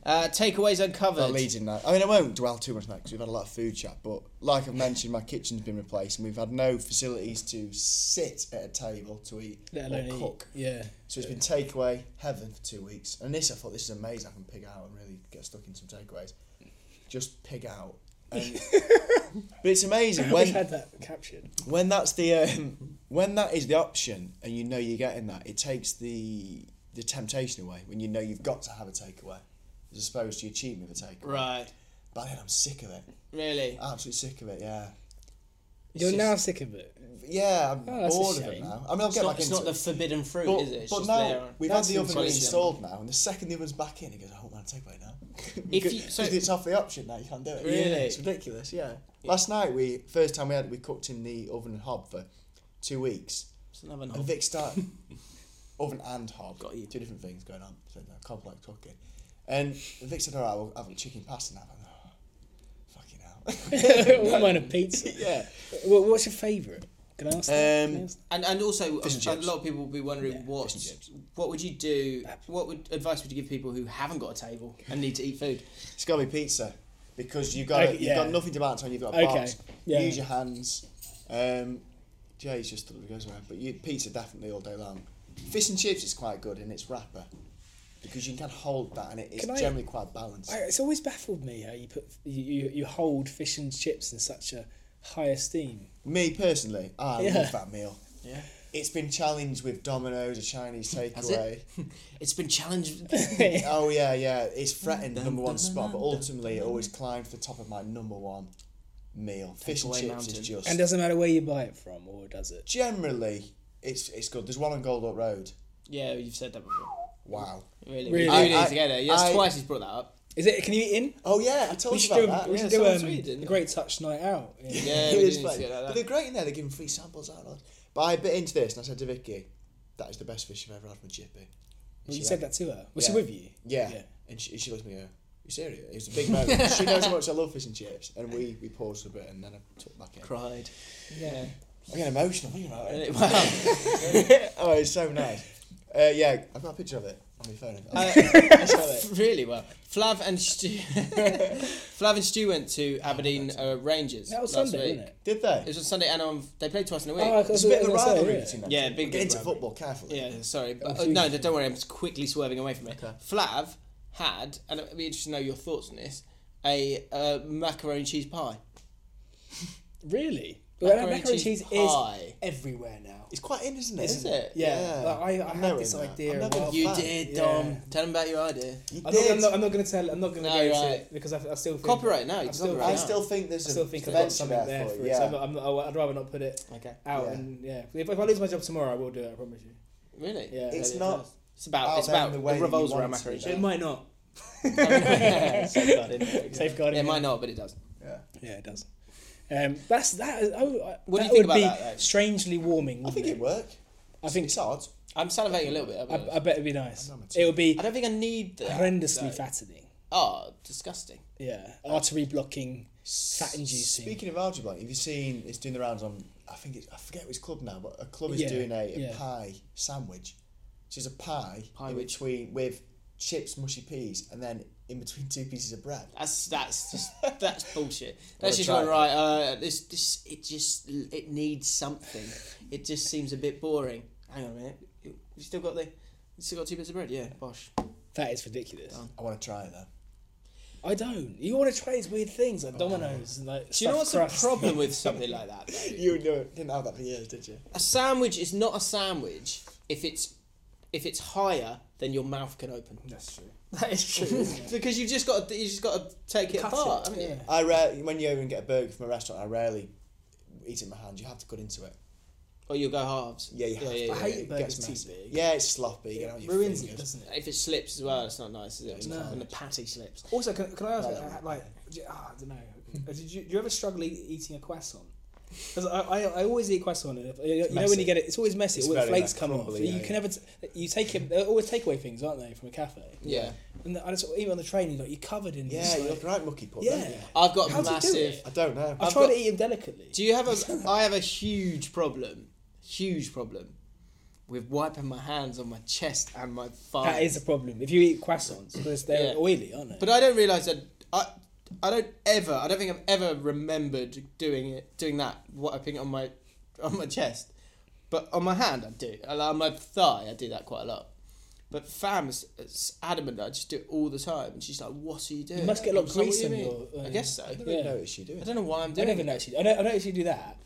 S1: Uh, takeaways uncovered.
S3: That leads in that. I mean, I won't dwell too much on that because we've had a lot of food chat. But like I've mentioned, my kitchen's been replaced, and we've had no facilities to sit at a table to eat
S2: Let
S3: or
S2: alone eat.
S3: cook.
S2: Yeah.
S3: So it's been takeaway heaven for two weeks. And this, I thought, this is amazing. I can pig out and really get stuck in some takeaways. Just pig out.
S2: <laughs>
S3: And, but it's amazing
S2: We've
S3: when
S2: had that captured.
S3: when that's the um, when that is the option, and you know you're getting that. It takes the the temptation away when you know you've got to have a takeaway, as opposed to you cheating with a takeaway.
S1: Right.
S3: But then I'm sick of it.
S1: Really.
S3: Absolutely sick of it. Yeah.
S2: You're
S1: just-
S2: now sick of it.
S3: Yeah, I'm
S2: Oh, that's a
S3: bored of it
S2: shame.
S3: now. I mean, I'll
S1: It's
S3: get
S1: not,
S3: back
S1: it's
S3: into
S1: not the
S3: it.
S1: forbidden fruit,
S3: But,
S1: is it? It's
S3: but
S1: just
S3: now
S1: there.
S3: we've had
S1: That's
S3: the oven
S1: intelligent.
S3: installed now, and the second the oven's back in, he goes, "I want my takeaway now." <laughs>
S1: If
S3: Because
S1: you- so-
S3: it's off the option now, you can't do it.
S1: Really?
S3: it's ridiculous. Yeah. Last night we first time we had it, we cooked in the oven and hob for two weeks.
S1: It's another knob.
S3: And
S1: <laughs>
S3: Vic started oven and hob.
S1: Oh. Got you.
S3: Two different things going on. So no, complex cooking. And Vic said, "All right, we'll have a chicken pasta now." I'm like, oh, fucking
S2: <laughs>
S3: hell. <laughs>
S2: Wouldn't mind a pizza.
S3: yeah. <laughs>
S2: What, what's your favourite? Can I ask that? Can I
S3: Um,
S2: ask
S1: And and also, uh,
S3: Fish and
S1: a
S3: chips.
S1: lot of people will be wondering what what would you do? What would advice would you give people who haven't got a table and need to eat food?
S3: It's got to be pizza because you've got
S2: Okay,
S3: you've
S2: yeah.
S3: got nothing to balance on. You've got a
S2: Okay,
S3: box.
S2: yeah.
S3: Use your hands. Um, Jay's just thought it goes around, but you, pizza definitely all day long. Fish and chips is quite good in its wrapper because you can kind of hold that and it is
S2: Can I-
S3: generally quite balanced.
S2: I, it's always baffled me how you put you, you, you hold fish and chips in such a high esteem.
S3: Me personally, I
S2: Yeah.
S3: love that meal. Yeah. It's been challenged with Domino's, a Chinese
S1: Has
S3: takeaway.
S1: it? it's been
S3: <laughs>
S1: challenged.
S2: <laughs>
S3: oh <laughs> yeah, yeah. It's threatened the number one spot, but ultimately it always climbed to the top of my number one meal. Fish and
S1: Takeaway
S3: chips
S1: mountain.
S3: is just
S2: And doesn't matter where you buy it from, or does it?
S3: generally it's it's good. There's one on Gold Up Road.
S1: yeah, you've said that before.
S3: Wow.
S1: Really,
S2: Really?
S1: we do
S2: I-
S1: need
S3: I-
S1: to go there. Yes,
S3: I-
S1: twice he's brought that up.
S2: Is it? Can you eat in?
S3: Oh yeah, I told
S2: We
S3: you
S2: should
S3: about
S2: do,
S3: that.
S2: a, we
S3: yeah,
S2: should
S3: so-
S2: do
S1: someone
S2: um,
S1: tweeted, didn't
S2: a great touch night out. Yeah.
S1: Yeah,
S3: It
S1: we
S3: is
S1: do need to
S3: fun.
S1: get that.
S3: But they're great in there. They're giving free samples out. Like. But I bit into this and I said to Vicky, "That is the best fish I've ever had from Jippy."
S2: Well, you said that to her. Was she
S3: Yeah.
S2: with you?
S3: Yeah. And she, she looked at me. and go, You serious? It was a big moment. she knows how much I love fish and chips, and we, we paused for a bit, and then I took back in.
S1: Cried. Yeah.
S3: I'm getting emotional. Thinking about it.
S1: <laughs> Wow.
S3: <laughs> oh, it's so nice. Uh, yeah, I've got a picture of it on my phone.
S1: Uh, really well. Flav and Stu, <laughs> Flav and Stu went to Aberdeen uh, Rangers.
S2: That was
S1: last
S2: Sunday,
S1: week.
S2: wasn't it?
S3: Did they?
S1: It was on Sunday, and on, they played twice in a week.
S2: Oh, I was-
S3: There's a bit
S2: I
S3: of a
S2: was gonna say,
S3: rivalry
S2: yeah.
S3: between them.
S1: Yeah, big
S3: Get into
S1: rivalry.
S3: football carefully.
S1: yeah, sorry, but, uh, no, don't worry. I'm just quickly swerving away from it. Flav had, and it'd be interesting to know your thoughts on this. A uh, macaroni and cheese pie.
S2: Really? Well,
S1: Macaroni
S2: macaroni, and
S1: cheese
S2: cheese
S1: pie.
S2: is everywhere now.
S3: It's quite in, isn't it?
S1: Is it?
S2: Yeah, like, I, I
S3: I'm
S2: had
S3: knowing
S2: this
S3: that.
S2: idea.
S3: I'm
S2: a
S3: not gonna
S2: while
S3: use-
S1: You
S3: Fine.
S1: did,
S2: Yeah.
S1: Dom. Tell them about your idea.
S3: You
S2: I'm not,
S3: did.
S2: I'm not, I'm not going to tell. I'm not going to
S1: No,
S2: go into
S1: right.
S2: it because I, I still think
S1: Copyright, no,
S2: I
S1: it's
S2: still,
S1: copyright.
S3: I
S2: I
S1: Yeah.
S3: still think there's
S2: I still
S3: a
S2: think I've got
S3: convention
S2: something there
S3: there
S2: for
S3: for
S2: it.
S3: it.
S2: So
S3: Yeah.
S2: I'm not, I'm not, I would rather not put it
S1: Okay.
S2: out.
S3: Yeah.
S2: And yeah, if, if I lose my job tomorrow, I will do it. I promise you.
S1: Really?
S2: Yeah.
S3: it's
S1: Really,
S3: not
S1: It's about
S3: out
S1: it's
S3: there in
S1: about
S3: the way
S1: it
S3: that you
S1: revolves
S3: want
S1: around
S3: it to
S1: macaroni and cheese.
S3: be
S2: It might not.
S1: Safeguarding.
S2: Safeguarding,
S1: <laughs> Yeah, it
S2: yeah.
S1: might not, but it does.
S2: Yeah, it does. Um, that's that. is- Oh, I-
S1: What do
S2: that
S1: you think
S2: would
S1: about
S2: be
S1: that, though?
S2: strangely warming.
S3: I
S2: wouldn't
S3: think it'd work.
S2: I think
S3: It's hard.
S1: I'm salivating a little bit. I'll be honest.
S2: I, I bet it'd be nice. It would be
S1: I don't think Uh, I need that.
S2: horrendously
S1: though.
S2: fattening.
S1: Oh, disgusting.
S2: Yeah, artery blocking, fat inducing.
S3: Speaking of algae blank, have you seen it's doing the rounds on? I think it's, I forget which club now, but a club is
S2: Yeah,
S3: doing a, a
S2: yeah.
S3: pie sandwich. So it's a pie, in between with chips, mushy peas, and then in between <laughs> two pieces of bread.
S1: That's that's just <laughs> that's bullshit. That's just
S3: try
S1: going
S3: it.
S1: right. Uh, this this it just it needs something. It just seems a bit boring. Hang on a minute. You you still got the you still got two bits of bread. Yeah, bosh.
S2: That is ridiculous.
S3: I want to try it though.
S2: I don't. You want to try these weird things like Dominoes and like.
S1: Oh. Do you know what's
S2: stuffed crust.
S1: the problem with something like that? though?
S3: You know, didn't have that for years, did you?
S1: A sandwich is not a sandwich if it's if it's higher than your mouth can open. That's true. That is true.
S2: <laughs>
S1: because you've just got to, you just got to take it apart. haven't you?
S3: I rarely, when you go and get a burger from a restaurant, I rarely eat it in my hand. You have to cut into it.
S1: Or you'll go halves.
S3: Yeah, you have to.
S1: yeah,
S3: yeah,
S1: yeah.
S3: it
S2: burgers
S3: gets
S2: too
S3: messy.
S2: big.
S3: Yeah, it's sloppy. you get on your
S2: ruins it,
S3: fingers.
S2: doesn't it?
S1: If it slips as well, it's not nice, is it? And the patty slips.
S2: <laughs> Also, can, can I ask, uh, like, do you- ah, I don't know, Uh, did you, do you ever struggle e- eating a croissant? Because I, I, I always eat croissant, and if, you know when
S3: messy.
S2: you get it, it's always messy. all the
S3: very
S2: flakes
S3: like
S2: come off.
S3: crumbly,
S2: you
S3: yeah,
S2: can never, t- you take it. They're always takeaway things, aren't they, from a cafe?
S1: Yeah.
S2: And I just even on the train, you're like you're covered in.
S3: Yeah,
S2: just,
S3: you
S2: like-
S3: look right mucky put.
S2: yeah.
S3: don't you?
S1: I've got
S2: How do you do
S1: massive.
S2: it?
S3: I don't know.
S2: I
S3: I've
S2: try
S3: got-
S2: to eat them delicately.
S1: Do you have
S2: <laughs>
S1: a? I have a huge problem. Huge problem. With wiping my hands on my chest and my thighs.
S2: That is a problem if you eat croissants because they're
S1: Yeah.
S2: oily, aren't they?
S1: But I don't realise that I I don't ever I don't think I've ever remembered doing it doing that wiping on my on my chest. But on my hand I do. And On my thigh I do that quite a lot. But fam's it's adamant that I just do it all the time. And she's like, What are you doing?
S2: You must get a lot
S1: I'm
S2: of
S1: just like,
S2: grease
S1: "What do
S2: in
S1: you mean?"
S2: your, uh,
S1: I guess so. I
S3: I
S1: don't,
S3: don't even notice you do it.
S1: know why I'm
S2: I
S1: doing
S2: never
S1: it.
S2: noticed. you- I don't, I don't actually do that.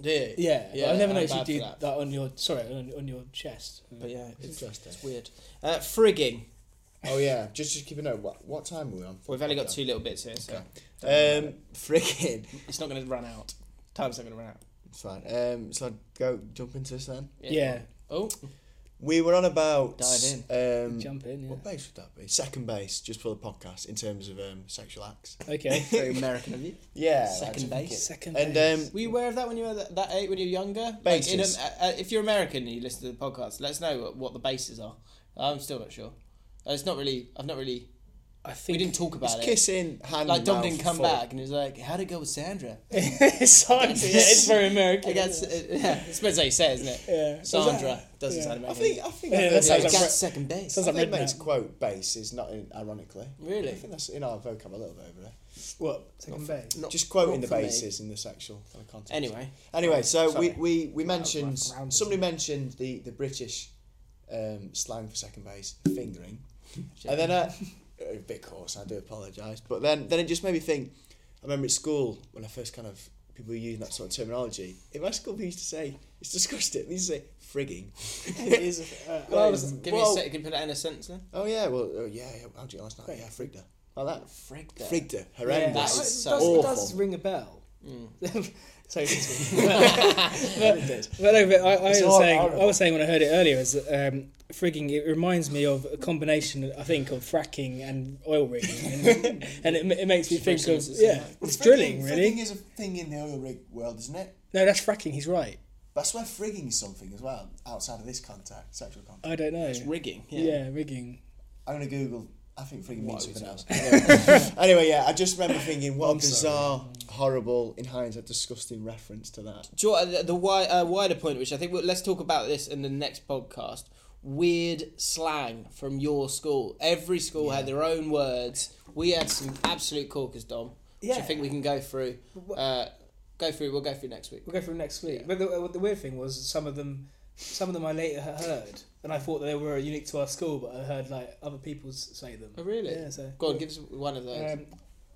S1: Do you?
S2: Yeah, yeah I never
S1: I'm
S2: noticed you
S1: bad
S2: do
S1: for Mm,
S2: that. on your sorry on, on your chest.
S1: But yeah, it's, it's weird. Uh, frigging.
S3: Oh yeah, just just keep a note. What what time are we on?
S1: We've only got two little bits here, <laughs> so
S3: Um, freaking.
S1: it's not going to run out. Time's not going to run out.
S3: It's fine. Um, so I go jump into this then.
S2: Yeah.
S1: Oh,
S3: We were on about
S1: Dive
S3: Um,
S2: Jump in, yeah.
S3: What base would that be? Second base, just for the podcast, in terms of um, sexual acts.
S2: Okay.
S1: very American of you.
S3: Yeah.
S1: Second base.
S2: Second
S3: And
S2: base.
S3: um,
S1: Were you aware of that when you were that, that age, when you were younger? in
S3: Bases.
S1: Am- uh, uh, if you're American and you listen to the podcast, let us know what, what the bases are. I'm still not sure. Uh, It's not really. I've not really.
S2: I think
S1: We
S2: <laughs>
S1: didn't talk about it.
S3: um, kissing hand.
S1: Like Dom
S3: mouth,
S1: didn't come
S3: foot.
S1: back and he was like, "How'd it go with Sandra?" I
S2: it's hard. Yeah, it's very American.
S1: guess. uh, Yeah, it's supposed to say, isn't it? Yeah. Sandra doesn't sound
S3: I
S1: American.
S3: think I think
S2: Yeah,
S3: that's
S2: that sounds
S3: like
S2: like
S1: That's
S2: Sounds
S1: second base.
S2: sounds
S3: I
S2: like
S3: think mate's
S2: redneck.
S3: quote base is not in, ironically.
S1: Really?
S3: I think that's in our vocab a little bit over there.
S2: What second base?
S3: just
S1: not
S3: quoting the
S1: for me.
S3: bases in the sexual kind of context.
S1: Anyway.
S3: Anyway, so we,
S1: Sorry.
S3: we, we mentioned somebody mentioned the, the British um, slang for second base,
S1: <laughs>
S3: fingering. and then uh, a bit coarse, I do apologise. But then then it just made me think I remember at school when I first kind of people were using that sort of terminology. In my school we used to say it's disgusting, we used to say frigging. it is <laughs>
S1: Well, uh, um, give me a second. Can you put that in a sentence then?
S3: Oh yeah, well oh, yeah, yeah, how'd you get last night? Yeah, frigged her. Like that.
S1: Frigged her.
S3: Frigged her.
S2: Yeah.
S3: Horrendous.
S1: That is
S2: it
S1: so Mm.
S2: does, it
S3: awful.
S2: does ring a bell. <laughs> Sorry,
S1: <laughs>
S2: but, but no, but I, I, was
S3: all
S2: saying, I
S3: horrible.
S2: was saying when I heard it earlier is um, frigging. It reminds me of a combination, I think, of fracking and oil rigging, <laughs> and, and it, it makes me think of yeah, it's drilling really.
S3: Frigging is a thing in the oil rig world, isn't it?
S2: No, that's fracking. He's right.
S3: That's where frigging is something as well, outside of this contact, sexual contact.
S2: I don't know.
S1: Rigging. Yeah.
S2: yeah, rigging.
S3: I'm gonna Google. I think frigging means something else. Anyway. <laughs> anyway, yeah, I just remember thinking, what a bizarre, horrible, in hindsight, disgusting reference to that.
S1: Do you know what, the, the wi- uh, wider point, which I think we'll, let's talk about this in the next podcast. Weird slang from your school. Every school had their own words. We had some absolute corkers, Dom. Which I
S2: Yeah.
S1: think we can go through. Uh, go through. We'll go through next week.
S2: We'll go through next week. But the, the weird thing was some of them, some of them I later heard, and I thought they were unique to our school, but I heard like other people's say them.
S1: Oh, really?
S2: Yeah. So
S1: Go on, give us one of those.
S2: um,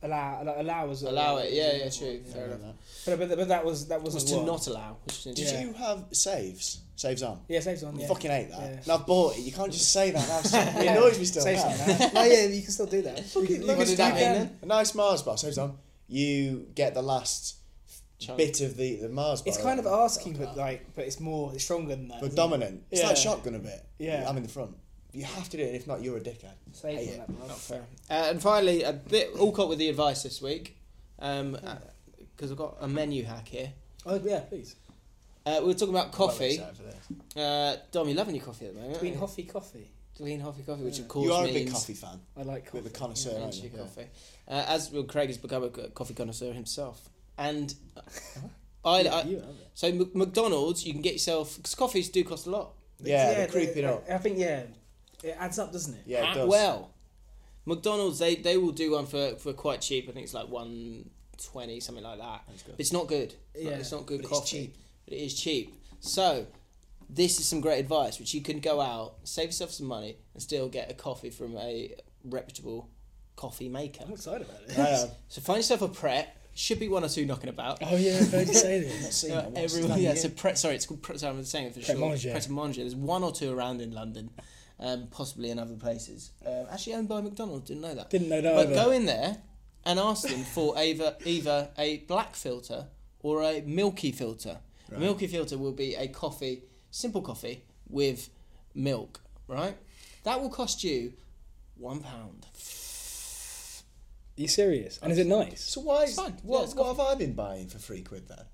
S2: allow, allow, allow was
S1: Allow it. Yeah, yeah, true. Fair enough.
S2: But, but, but that was that was,
S1: Was to not allow. Which is
S3: Did
S1: interesting.
S3: you have saves? Saves on.
S2: Yeah, saves on. Yeah.
S3: Fucking hate that.
S2: Yeah.
S3: And I bought it. You can't just
S2: <laughs>
S3: say that. Now. It's- It annoys me still.
S2: Saves
S3: now.
S2: on. <laughs> that. no, Oh, yeah, you can still do that.
S3: Fucking
S1: What
S3: look,
S1: did that
S3: you
S1: mean
S3: can-
S1: then?
S3: A nice Mars bar. Saves on. You get the last bit of the, the Mars bar.
S2: It's kind of
S3: right?
S2: asking, but like, but it's more, it's stronger than that.
S3: But
S2: isn't it?
S3: dominant. It's like
S2: Yeah.
S3: shotgun a bit.
S2: Yeah.
S3: I'm in the front. You have to do it. If not, you're a dickhead.
S2: Save
S3: Hate
S2: all
S3: it.
S2: that blood.
S3: Not fair.
S1: Uh, and finally, a bit all caught with the advice this week, because I've got a menu hack here.
S2: Oh yeah, please.
S1: Uh, we were talking about coffee.
S3: Well, except for this.
S1: Uh, Dom, you're loving your coffee at the moment.
S2: Green
S1: aren't
S2: Hoffy coffee.
S1: you? Green coffee, coffee, which of course
S3: You are a
S1: means
S3: big coffee fan.
S2: I like
S3: Bit
S2: coffee.
S3: of a connoisseur,
S1: Yeah,
S3: aren't
S1: cheap
S3: you? Yeah.
S1: coffee. Uh, as well, Craig has become a c- coffee connoisseur himself,
S3: <laughs>
S1: and I, I
S2: you have it.
S1: so Mc- McDonald's you can get yourself because coffees do cost a lot.
S3: Yeah, they're
S2: they-
S3: creeping
S4: uh,
S3: up.
S2: I think yeah, it adds up, doesn't it?
S3: Yeah, it
S1: At
S3: does.
S1: Ah, well, McDonald's they, they will do one for, for quite cheap. I think it's like one twenty something like that. But it's not good. It's, not,
S2: Yeah,
S1: it's not good
S3: but it's
S1: coffee.
S3: cheap.
S1: But it is cheap. So this is some great advice, which you can go out, save yourself some money, and still get a coffee from a reputable coffee maker.
S2: I'm excited about it.
S4: <laughs>
S3: I am.
S1: So find yourself a Pret. Should be one or two knocking about.
S2: Oh yeah, I've heard you
S3: <laughs>
S2: say this.
S3: Seen
S1: Uh,
S3: that once.
S1: everyone, yeah, so Pret, sorry, it's called Pret, sorry, I'm saying it for sure.
S4: Manger.
S1: Pret a Manger. There's one or two around in London, um, possibly in other places. Um, actually owned by McDonald's, didn't know that.
S4: Didn't know that
S1: But
S4: either.
S1: go in there and ask them for <laughs> either, either a black filter or a milky filter. Milky filter will be a coffee, simple coffee, with milk, right? That will cost you one pound.
S4: you serious? And is it nice?
S3: So why? Is,
S1: fine. Yeah,
S3: What,
S1: it's
S3: what have I been buying for three quid then?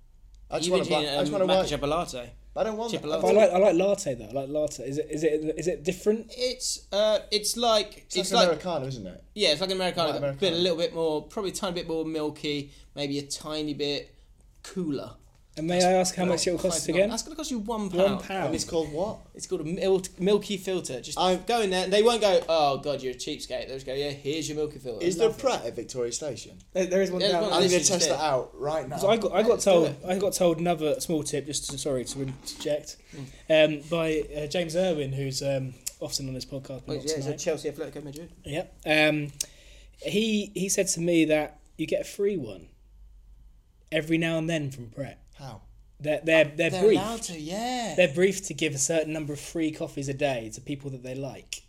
S3: I just
S1: You
S3: want a
S1: would
S3: black.
S1: need
S3: I just
S1: a
S3: want a
S1: matcha
S3: white.
S1: latte.
S3: I don't want.
S1: chip
S3: that.
S1: latte.
S4: But I like I like latte though. I like latte. Is it is it is it different?
S1: It's uh, it's like
S3: It's, like, Americano, isn't it?
S1: Yeah, it's like an Americano,
S3: Like
S1: but a bit a
S3: Americano.
S1: little bit more, probably a tiny bit more milky, maybe a tiny bit cooler.
S4: And may I ask how much it will cost us
S1: Five-
S4: again?
S1: That's going to cost you one pound.
S4: One
S3: And it's
S4: pound.
S3: called what?
S1: It's called a mil- milky filter. Just
S3: I've-
S1: go in there, and they won't go. Oh God, you're a cheapskate. They'll just go. Yeah, here's your milky filter.
S3: Is there a Pret at Victoria Station?
S2: There- there is one
S1: Yeah,
S2: down.
S1: there's
S3: I'm
S1: this
S3: going
S1: is
S3: to test
S1: it.
S3: that out right now.
S4: So I got I got
S1: Let's do
S4: told
S1: it.
S4: I got told another small tip. Just to, sorry to interject, um, by uh, James Irwin, who's um, often on this podcast. But
S1: Oh,
S4: not
S1: yeah, it's a
S4: tonight.
S1: Chelsea Atletico Madrid.
S4: Yep. Um, he he said to me that you get a free one every now and then from Pret.
S3: How?
S4: They're they're they're,
S1: They're
S4: brief.
S1: allowed to. Yeah.
S4: They're brief to give a certain number of free coffees a day to people that they like.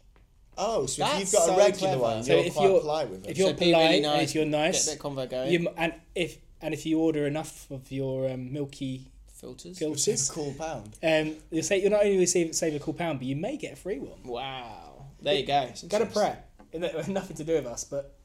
S3: Oh, so if
S1: That's
S3: you've got
S1: so
S3: a regular
S1: clever.
S3: one,
S1: So
S3: you're
S4: if
S3: quite
S4: you're-
S3: polite with it.
S4: if you're
S1: So be really
S4: polite, and
S1: nice,
S4: if you're nice,
S1: get that convo going.
S4: you m- and if and if you order enough of your um, milky
S1: Filters.
S3: it's
S4: filters,
S3: a cool pound.
S4: um, you say you'll not only receive save a cool pound, but you may get a free one.
S1: Wow. There you go.
S2: Go to Pret.
S4: <laughs>
S2: It- Nothing to do with us, but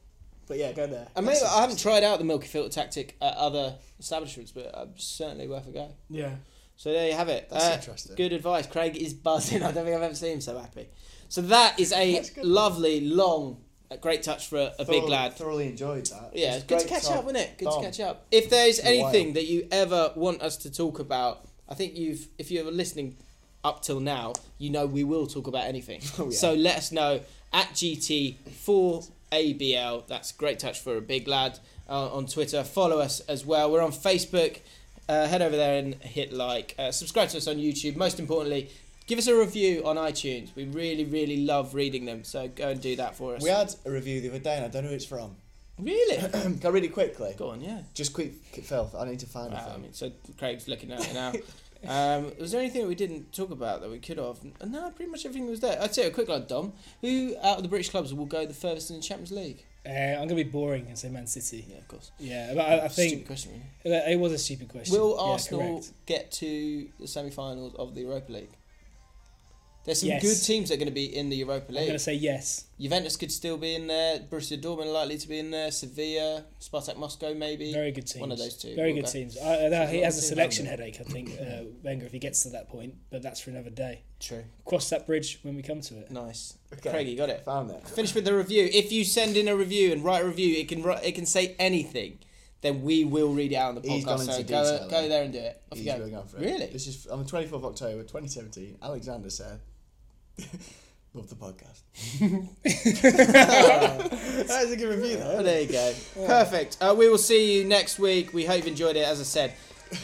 S2: but yeah, go there.
S1: I, mean, I haven't tried out the milky filter tactic at other establishments, but uh, certainly worth a go.
S2: Yeah.
S1: So there you have it. Uh,
S3: That's interesting.
S1: Good advice. Craig is buzzing. <laughs> I don't think I've ever seen him so happy. So that is a lovely, long, a great touch for a, a big
S3: Thoroughly-
S1: lad.
S3: Thoroughly enjoyed that.
S1: Yeah,
S3: It's
S1: it's good to
S3: great
S1: catch up,
S3: time.
S1: isn't it? Good
S3: Dom,
S1: to catch up. If there's
S3: a while.
S1: anything that you ever want us to talk about, I think you've, if you're listening up till now, you know we will talk about
S3: <laughs>
S1: anything.
S3: Oh,
S1: So let us know at GT4ABL. That's great touch for a big lad uh, on Twitter. Follow us as well. We're on Facebook. Uh, head over there and hit like. Uh, subscribe to us on YouTube. Most importantly, give us a review on iTunes. We really, really love reading them. So go and do that for us.
S3: We had a review the other day, and I don't know who it's from. <clears throat>
S1: really? <coughs>
S3: Can I read it quickly?
S1: Go on, yeah.
S3: Just quick, Phil. I need to find it.
S1: Uh, I mean, so Craig's looking at it now. Um, was there anything that we didn't talk about that we could have? No, pretty much everything was there. I'd say a quick like Dom. Who out of the British clubs will go the furthest in the Champions League?
S4: Uh, I'm gonna be boring and say Man City.
S1: Yeah, of course.
S4: Yeah, but I, I
S1: Stupid
S4: think
S1: question. Really.
S4: it was a stupid question.
S1: Will
S4: Yeah,
S1: Arsenal
S4: correct.
S1: get to the semi-finals of the Europa League? There's some
S4: Yes.
S1: good teams that are going to be in the Europa
S4: I'm
S1: League.
S4: gonna say yes.
S1: Juventus could still be in there. Borussia Dortmund likely to be in there. Sevilla, Spartak Moscow, maybe.
S4: Very good teams.
S1: One of those two.
S4: Very
S1: will
S4: good
S1: go.
S4: teams. I, I, he
S1: lot
S4: has a
S1: of teams,
S4: selection
S1: haven't
S4: headache, I think, uh, Wenger, if he gets to that point. But that's for another day.
S1: True.
S4: Cross that bridge when we come to it.
S1: Nice.
S3: Okay.
S1: Craig, you got it.
S3: Found it.
S1: finish with the review. If you send in a review and write a review, it can write- it can say anything. Then we will read it out on the podcast.
S3: He's gone
S1: so
S3: into
S1: go,
S3: detail
S1: go
S3: there.
S1: there and do it. Off
S3: He's
S1: you go.
S3: really gone for it.
S1: Really?
S3: This is on the 24th of October 2017. Alexander said, <laughs> Love
S1: <laughs>
S3: the podcast. <laughs> that is a good review,
S1: Oh,
S3: though.
S1: there you go. <laughs> Perfect. Uh, we will see you next week. We hope you've enjoyed it. As I
S3: <laughs>
S1: said,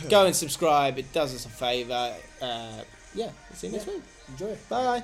S1: go and subscribe. It does us a favour. Uh, yeah, we'll see you next week.
S2: Enjoy. it.
S1: Bye.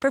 S6: for